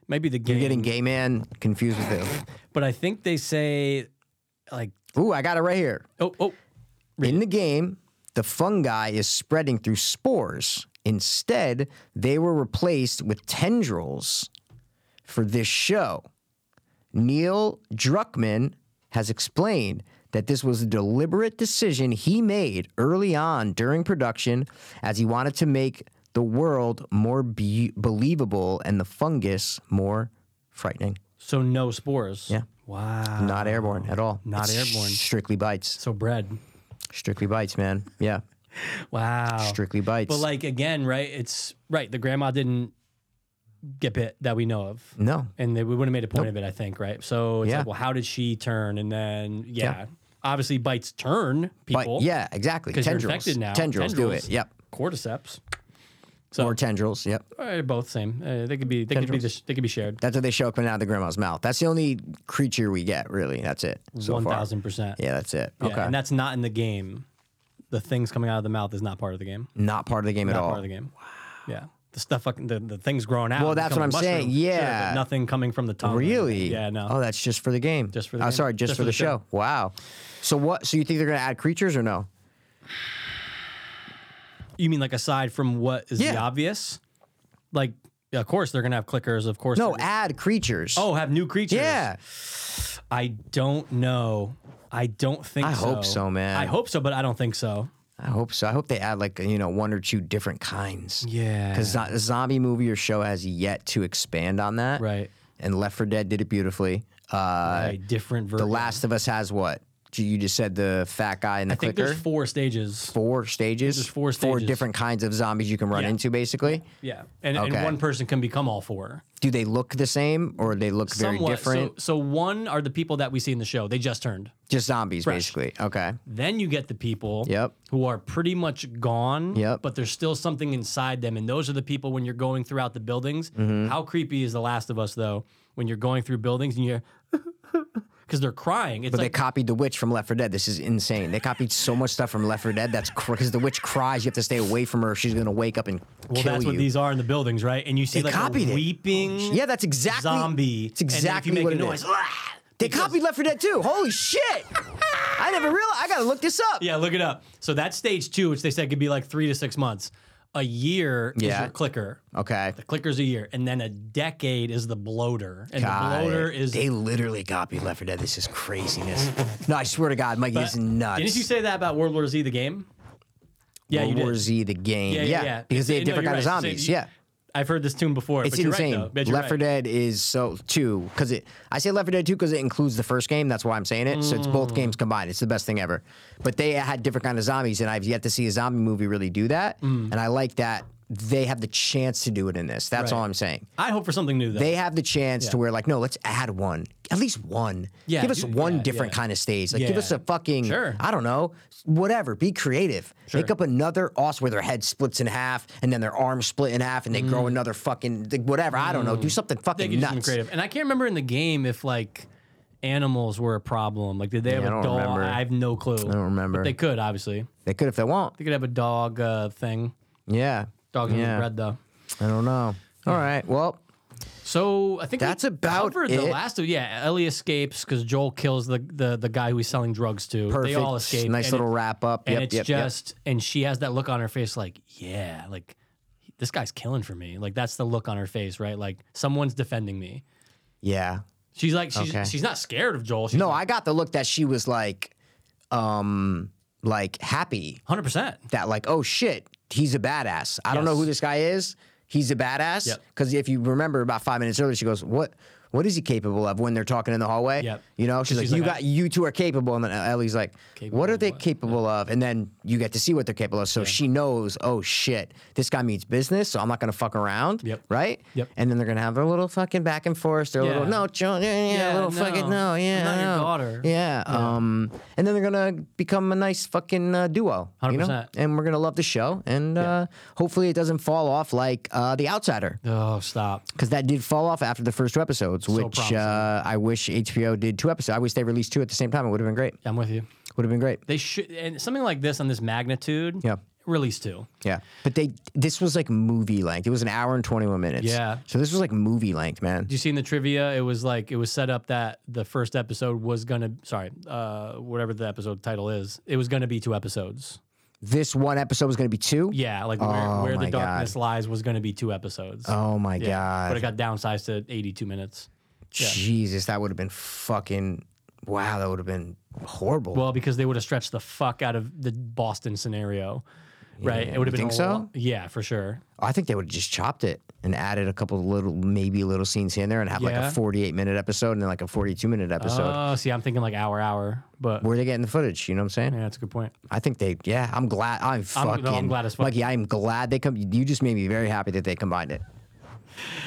maybe the game.
You're getting gay man confused with who?
But I think they say like
Ooh, I got it right here.
oh oh
In the game, the fungi is spreading through spores. Instead, they were replaced with tendrils for this show. Neil Druckmann has explained that this was a deliberate decision he made early on during production as he wanted to make the world more be- believable and the fungus more frightening.
So no spores.
Yeah.
Wow.
Not airborne at all.
Not airborne.
Strictly bites.
So bread.
Strictly bites, man. Yeah.
Wow.
Strictly bites.
But like again, right? It's right. The grandma didn't get bit that we know of,
no.
and they, we would have made a point of it. I think, right? So it's
Yeah.
like, well, how did she turn? And then yeah, obviously bites turn people.
But yeah, exactly.
because you're
Tendrils.
infected now.
Tendrils. do it. Yep.
Cordyceps.
Or tendrils. Yep.
Uh, both same. Uh, they could be. They could be. dis- They could be shared.
That's what they show up coming out of the grandma's mouth. That's the only creature we get, really. That's it. So
One
far.
thousand percent.
Yeah, that's it.
Yeah,
okay.
And that's not in the game. The things coming out of the mouth is not part of the game.
Not part of the game at
Not
all.
part of the game. Wow. Yeah. The stuff fucking the, the things growing out.
Oh. Well, that's what
becoming
I'm saying.
mushrooms. Sure, but
Yeah.
nothing coming from the tongue.
Really?
Yeah. No.
Oh, that's just for the game. Just
for the
Oh,
game.
sorry, just, for, the, show. Wow. So what? So you think they're gonna add creatures or no?
You mean like aside from what is the
Yeah.
obvious? Like, yeah, of course they're gonna have clickers. Of course.
No,
they're-
add creatures.
Oh, have new creatures.
yeah.
I don't know. I don't think.
I
so.
hope so, man.
I hope so, but I don't think so.
I hope so. I hope they add like you know one or two different kinds.
Yeah.
Because a zombie movie or show has yet to expand on that.
Right.
And Left 4 Dead did it beautifully. Uh,
a different version.
The Last of Us has what? You just said the fat guy and the
I think
clicker.
there's four stages.
four stages.
There's four
Four
stages.
different kinds of zombies you can run
Yeah.
into, basically.
Yeah, and,
Okay.
and one person can become all four.
Do they look the same or they look very
Somewhat.
different?
So, so one are the people that we see in the show. They just turned.
Just zombies, basically. Okay.
Then you get the people
Yep.
who are pretty much gone.
Yep.
But there's still something inside them, and those are the people when you're going throughout the buildings.
Mm-hmm.
How creepy is The Last of Us though? When you're going through buildings and you're because they're crying. It's
But they
like
copied The Witch from Left 4 Dead. This is insane. They copied so much stuff from Left 4 Dead. That's because The Witch cries. You have to stay away from her. or She's going to wake up and
well,
kill
that's
you.
what these are in the buildings, right? And you see
They
like
copied
a
it. Oh,
weeping
yeah, that's exactly.
zombie.
It's exactly
and then if you
what
make
it
a noise. ah!
is. They copied Left 4 Dead too. Holy shit. I never realized. I got to look this up.
Yeah, look it up. So that's stage two, which they said could be like three to six months. A year is
Yeah.
your clicker.
Okay.
The clicker's a year, and then a decade is the bloater, and
God,
the bloater is.
They literally copied Left 4 Dead. This is craziness. no, I swear to God, Mikey, this is nuts.
Didn't you say that about World War Z, the game? Yeah,
World
you did.
War Z, the game.
Yeah,
Yeah,
yeah, yeah.
because they
No,
had different
you're
kind of
right. So
zombies.
you-
yeah.
I've heard this tune before.
It's
but you're
insane.
Right, though. But you're
Left 4
right.
Dead is so two because it. I say Left 4 Dead two because it includes the first game. That's why I'm saying it. So it's both games combined. It's the best thing ever. But they had different kind of zombies, and I've yet to see a zombie movie really do that.
Mm.
And I like that they have the chance to do it in this. That's
Right.
all I'm saying.
I hope for something new though.
They have the chance to where like no, let's add one, at least one.
Yeah,
give us
do-
one
yeah,
different
yeah.
kind of stage. Like give
Yeah.
us a fucking
Sure.
I don't know, whatever. Be creative. Make up another awesome where their head splits in half and then their arms split in half and they grow another fucking like, whatever. I don't know. Do something
Mm. they
fucking
could do something
nuts.
creative. And I can't remember in the game if like animals were a problem. Like did they have
I
a
don't
doll?
remember.
I have no clue. I don't
remember.
But they could obviously.
They could if they want.
They could have a dog uh, thing.
Yeah.
Dogs yeah.
yeah.
bread though.
I don't know. All right. Well,
So I think we
That's about
covered the
it.
last two. Yeah, Ellie escapes because Joel kills the, the the guy who he's selling drugs to.
perfect.
They all escape.
Nice
and
little
it-
wrap up.
And
yep,
it's
yep, yep.
just and she has that look on her face like yeah like this guy's killing for me like that's the look on her face right like someone's defending me.
Yeah.
She's like she's
Okay.
she's not scared of Joel. She's
No, I got the look that she was like um like happy
hundred percent.
that like, oh shit, he's a badass. I don't know
Yes.
who this guy is. He's a badass.
Yep.
Because if you remember about five minutes earlier, she goes, What what is he capable of when they're talking in the hallway?
Yep.
You know, she's like,
she's
You
like,
got you two are capable. And then uh, Ellie's like, What are they capable of? And then you get to see what they're capable of. So she knows, oh shit, this guy means business, so I'm not gonna fuck around.
Yep.
Right?
Yep.
And then they're gonna have their little fucking back and forth, their little
Yeah.
no, Joe, yeah, yeah,
Yeah,
little
no,
fucking no,
I'm
yeah.
not your
no."
daughter.
Yeah. Um, and then they're gonna become a nice fucking uh, duo. You know?
100%.
And we're gonna love the show, and uh, hopefully it doesn't fall off like uh, The Outsider,
Oh stop.
because that did fall off after the first two episodes, which
promising.
uh, I wish HBO did two episodes. I wish they released two at the same time. It would have been great.
I'm with you.
Would have been great.
They should and something like this on this magnitude.
Yeah.
Release two.
Yeah, but they this was like movie length. It was an hour and twenty one minutes.
Yeah.
so this was like movie length, man.
you see in the trivia it was like it was set up that the first episode was gonna sorry uh whatever the episode title is it was gonna be two episodes
this one episode was going to be two.
Yeah, like where,
Oh
where the
my God.
darkness lies was going to be two episodes.
Oh my
Yeah, But
god,
it got downsized to 82 minutes.
Jesus, that would have been fucking wow. That would have been horrible.
Well, because they would have stretched the fuck out of the Boston scenario, right? it would have
you
been
think
a
so?
lo- yeah, for sure.
I think they would have just chopped it and added a couple of little, maybe little scenes here and there, and have like
Yeah.
a forty-eight minute episode and then like a forty-two minute episode.
Oh, see, I'm thinking like hour, hour, but
Where they getting the footage? You know what I'm saying?
yeah, that's a good point.
I think they. Yeah, I'm glad. I'm
I'm- no, I'm
fucking.
glad as fuck.
Mikey, I am glad they come. You just made me very happy that they combined it.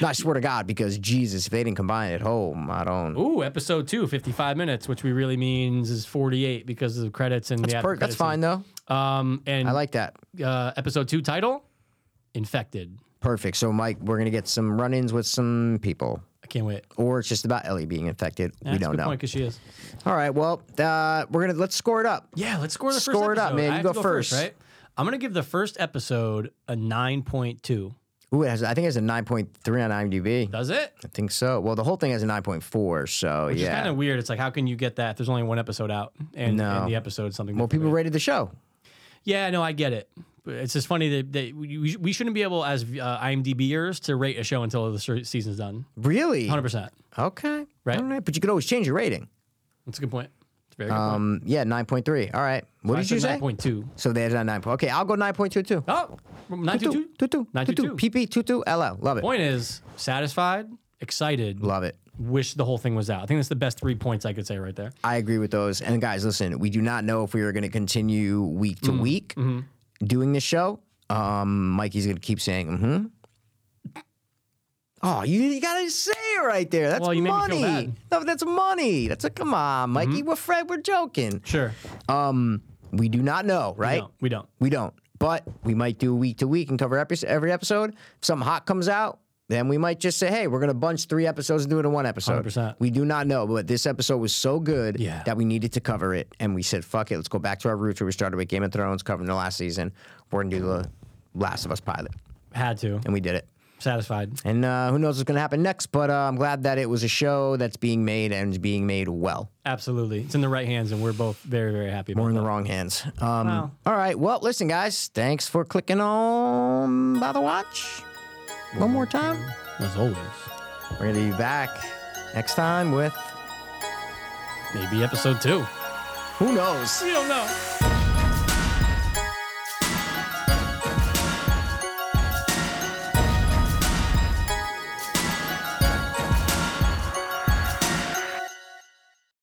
No, I swear to God, because Jesus, if they didn't combine it, oh my don't.
Ooh, episode two, 55 minutes, which we really means is 48 because of the credits and the
Per- that's fine though.
fine. Um, and
I like that.
uh, episode two title, infected.
Perfect. So, Mike, we're gonna get some run-ins with some people,
I can't wait.
or it's just about Ellie being infected.
That's
we
a
don't
good
know.
because she is.
All right. Well, uh, we're gonna let's score it up.
Yeah, let's score the first
Score it up,
episode.
man.
I
You
have
go
to first.
first.
right? I'm gonna give the first episode a 9.2.
Ooh, it has, I think it has a 9.3 on IMDb.
Does it?
I think so. Well, the whole thing has a 9.4, so
Which is
yeah.
kind of weird. It's like, how can you get that? if There's only one episode out, and,
No.
and the episode something.
well,
different.
people rated the show.
Yeah, no, I get it. But it's just funny that, that we, we shouldn't be able as uh, IMDbers to rate a show until the ser- season's done.
Really?
100. percent
Okay.
Right.
All right. But you could always change your rating.
That's a good point. It's a very good point.
Um, yeah, 9.3. All right. What
I
did
said
you say?
9.2.
So they had a 9. Okay, I'll go 9.22. too.
Oh, 9.2.
Tutu.
9.22.
PP tutu LL. Love it.
Point is satisfied, excited,
Love it.
wish the whole thing was out. I think that's the best three points I could say right there.
I agree with those. And guys, listen, we do not know if we are going to continue week
Mm-hmm.
to week doing this show. Um, Mikey's going to keep saying, mm-hmm. Oh, you, you got to say it right there. That's
Well, you made me
money.
feel bad. Mm-hmm.
No, that's money. That's a come on, Mikey. We're Fred. We're joking.
Sure.
Um, we do not know, right?
No, we don't.
We don't. But we might do week to week and cover epi- every episode. If something hot comes out, then we might just say, hey, we're going to bunch three episodes and do it in one episode.
100%.
We do not know, but this episode was so good
Yeah.
that we needed to cover it. And we said, fuck it, let's go back to our roots where we started with Game of Thrones, covering the last season. We're going to do the Last of Us pilot.
Had to.
And we did it.
Satisfied.
And uh, who knows what's going to happen next, but uh, I'm glad that it was a show that's being made and is being made well.
Absolutely. It's in the right hands, and we're both very, very happy.
We're
About
in
it.
the wrong hands. Um,
Wow.
All right. Well, listen, guys. Thanks for clicking on by the watch. One more time.
As always,
We're gonna be back next time with
maybe episode two.
who knows.
We don't know.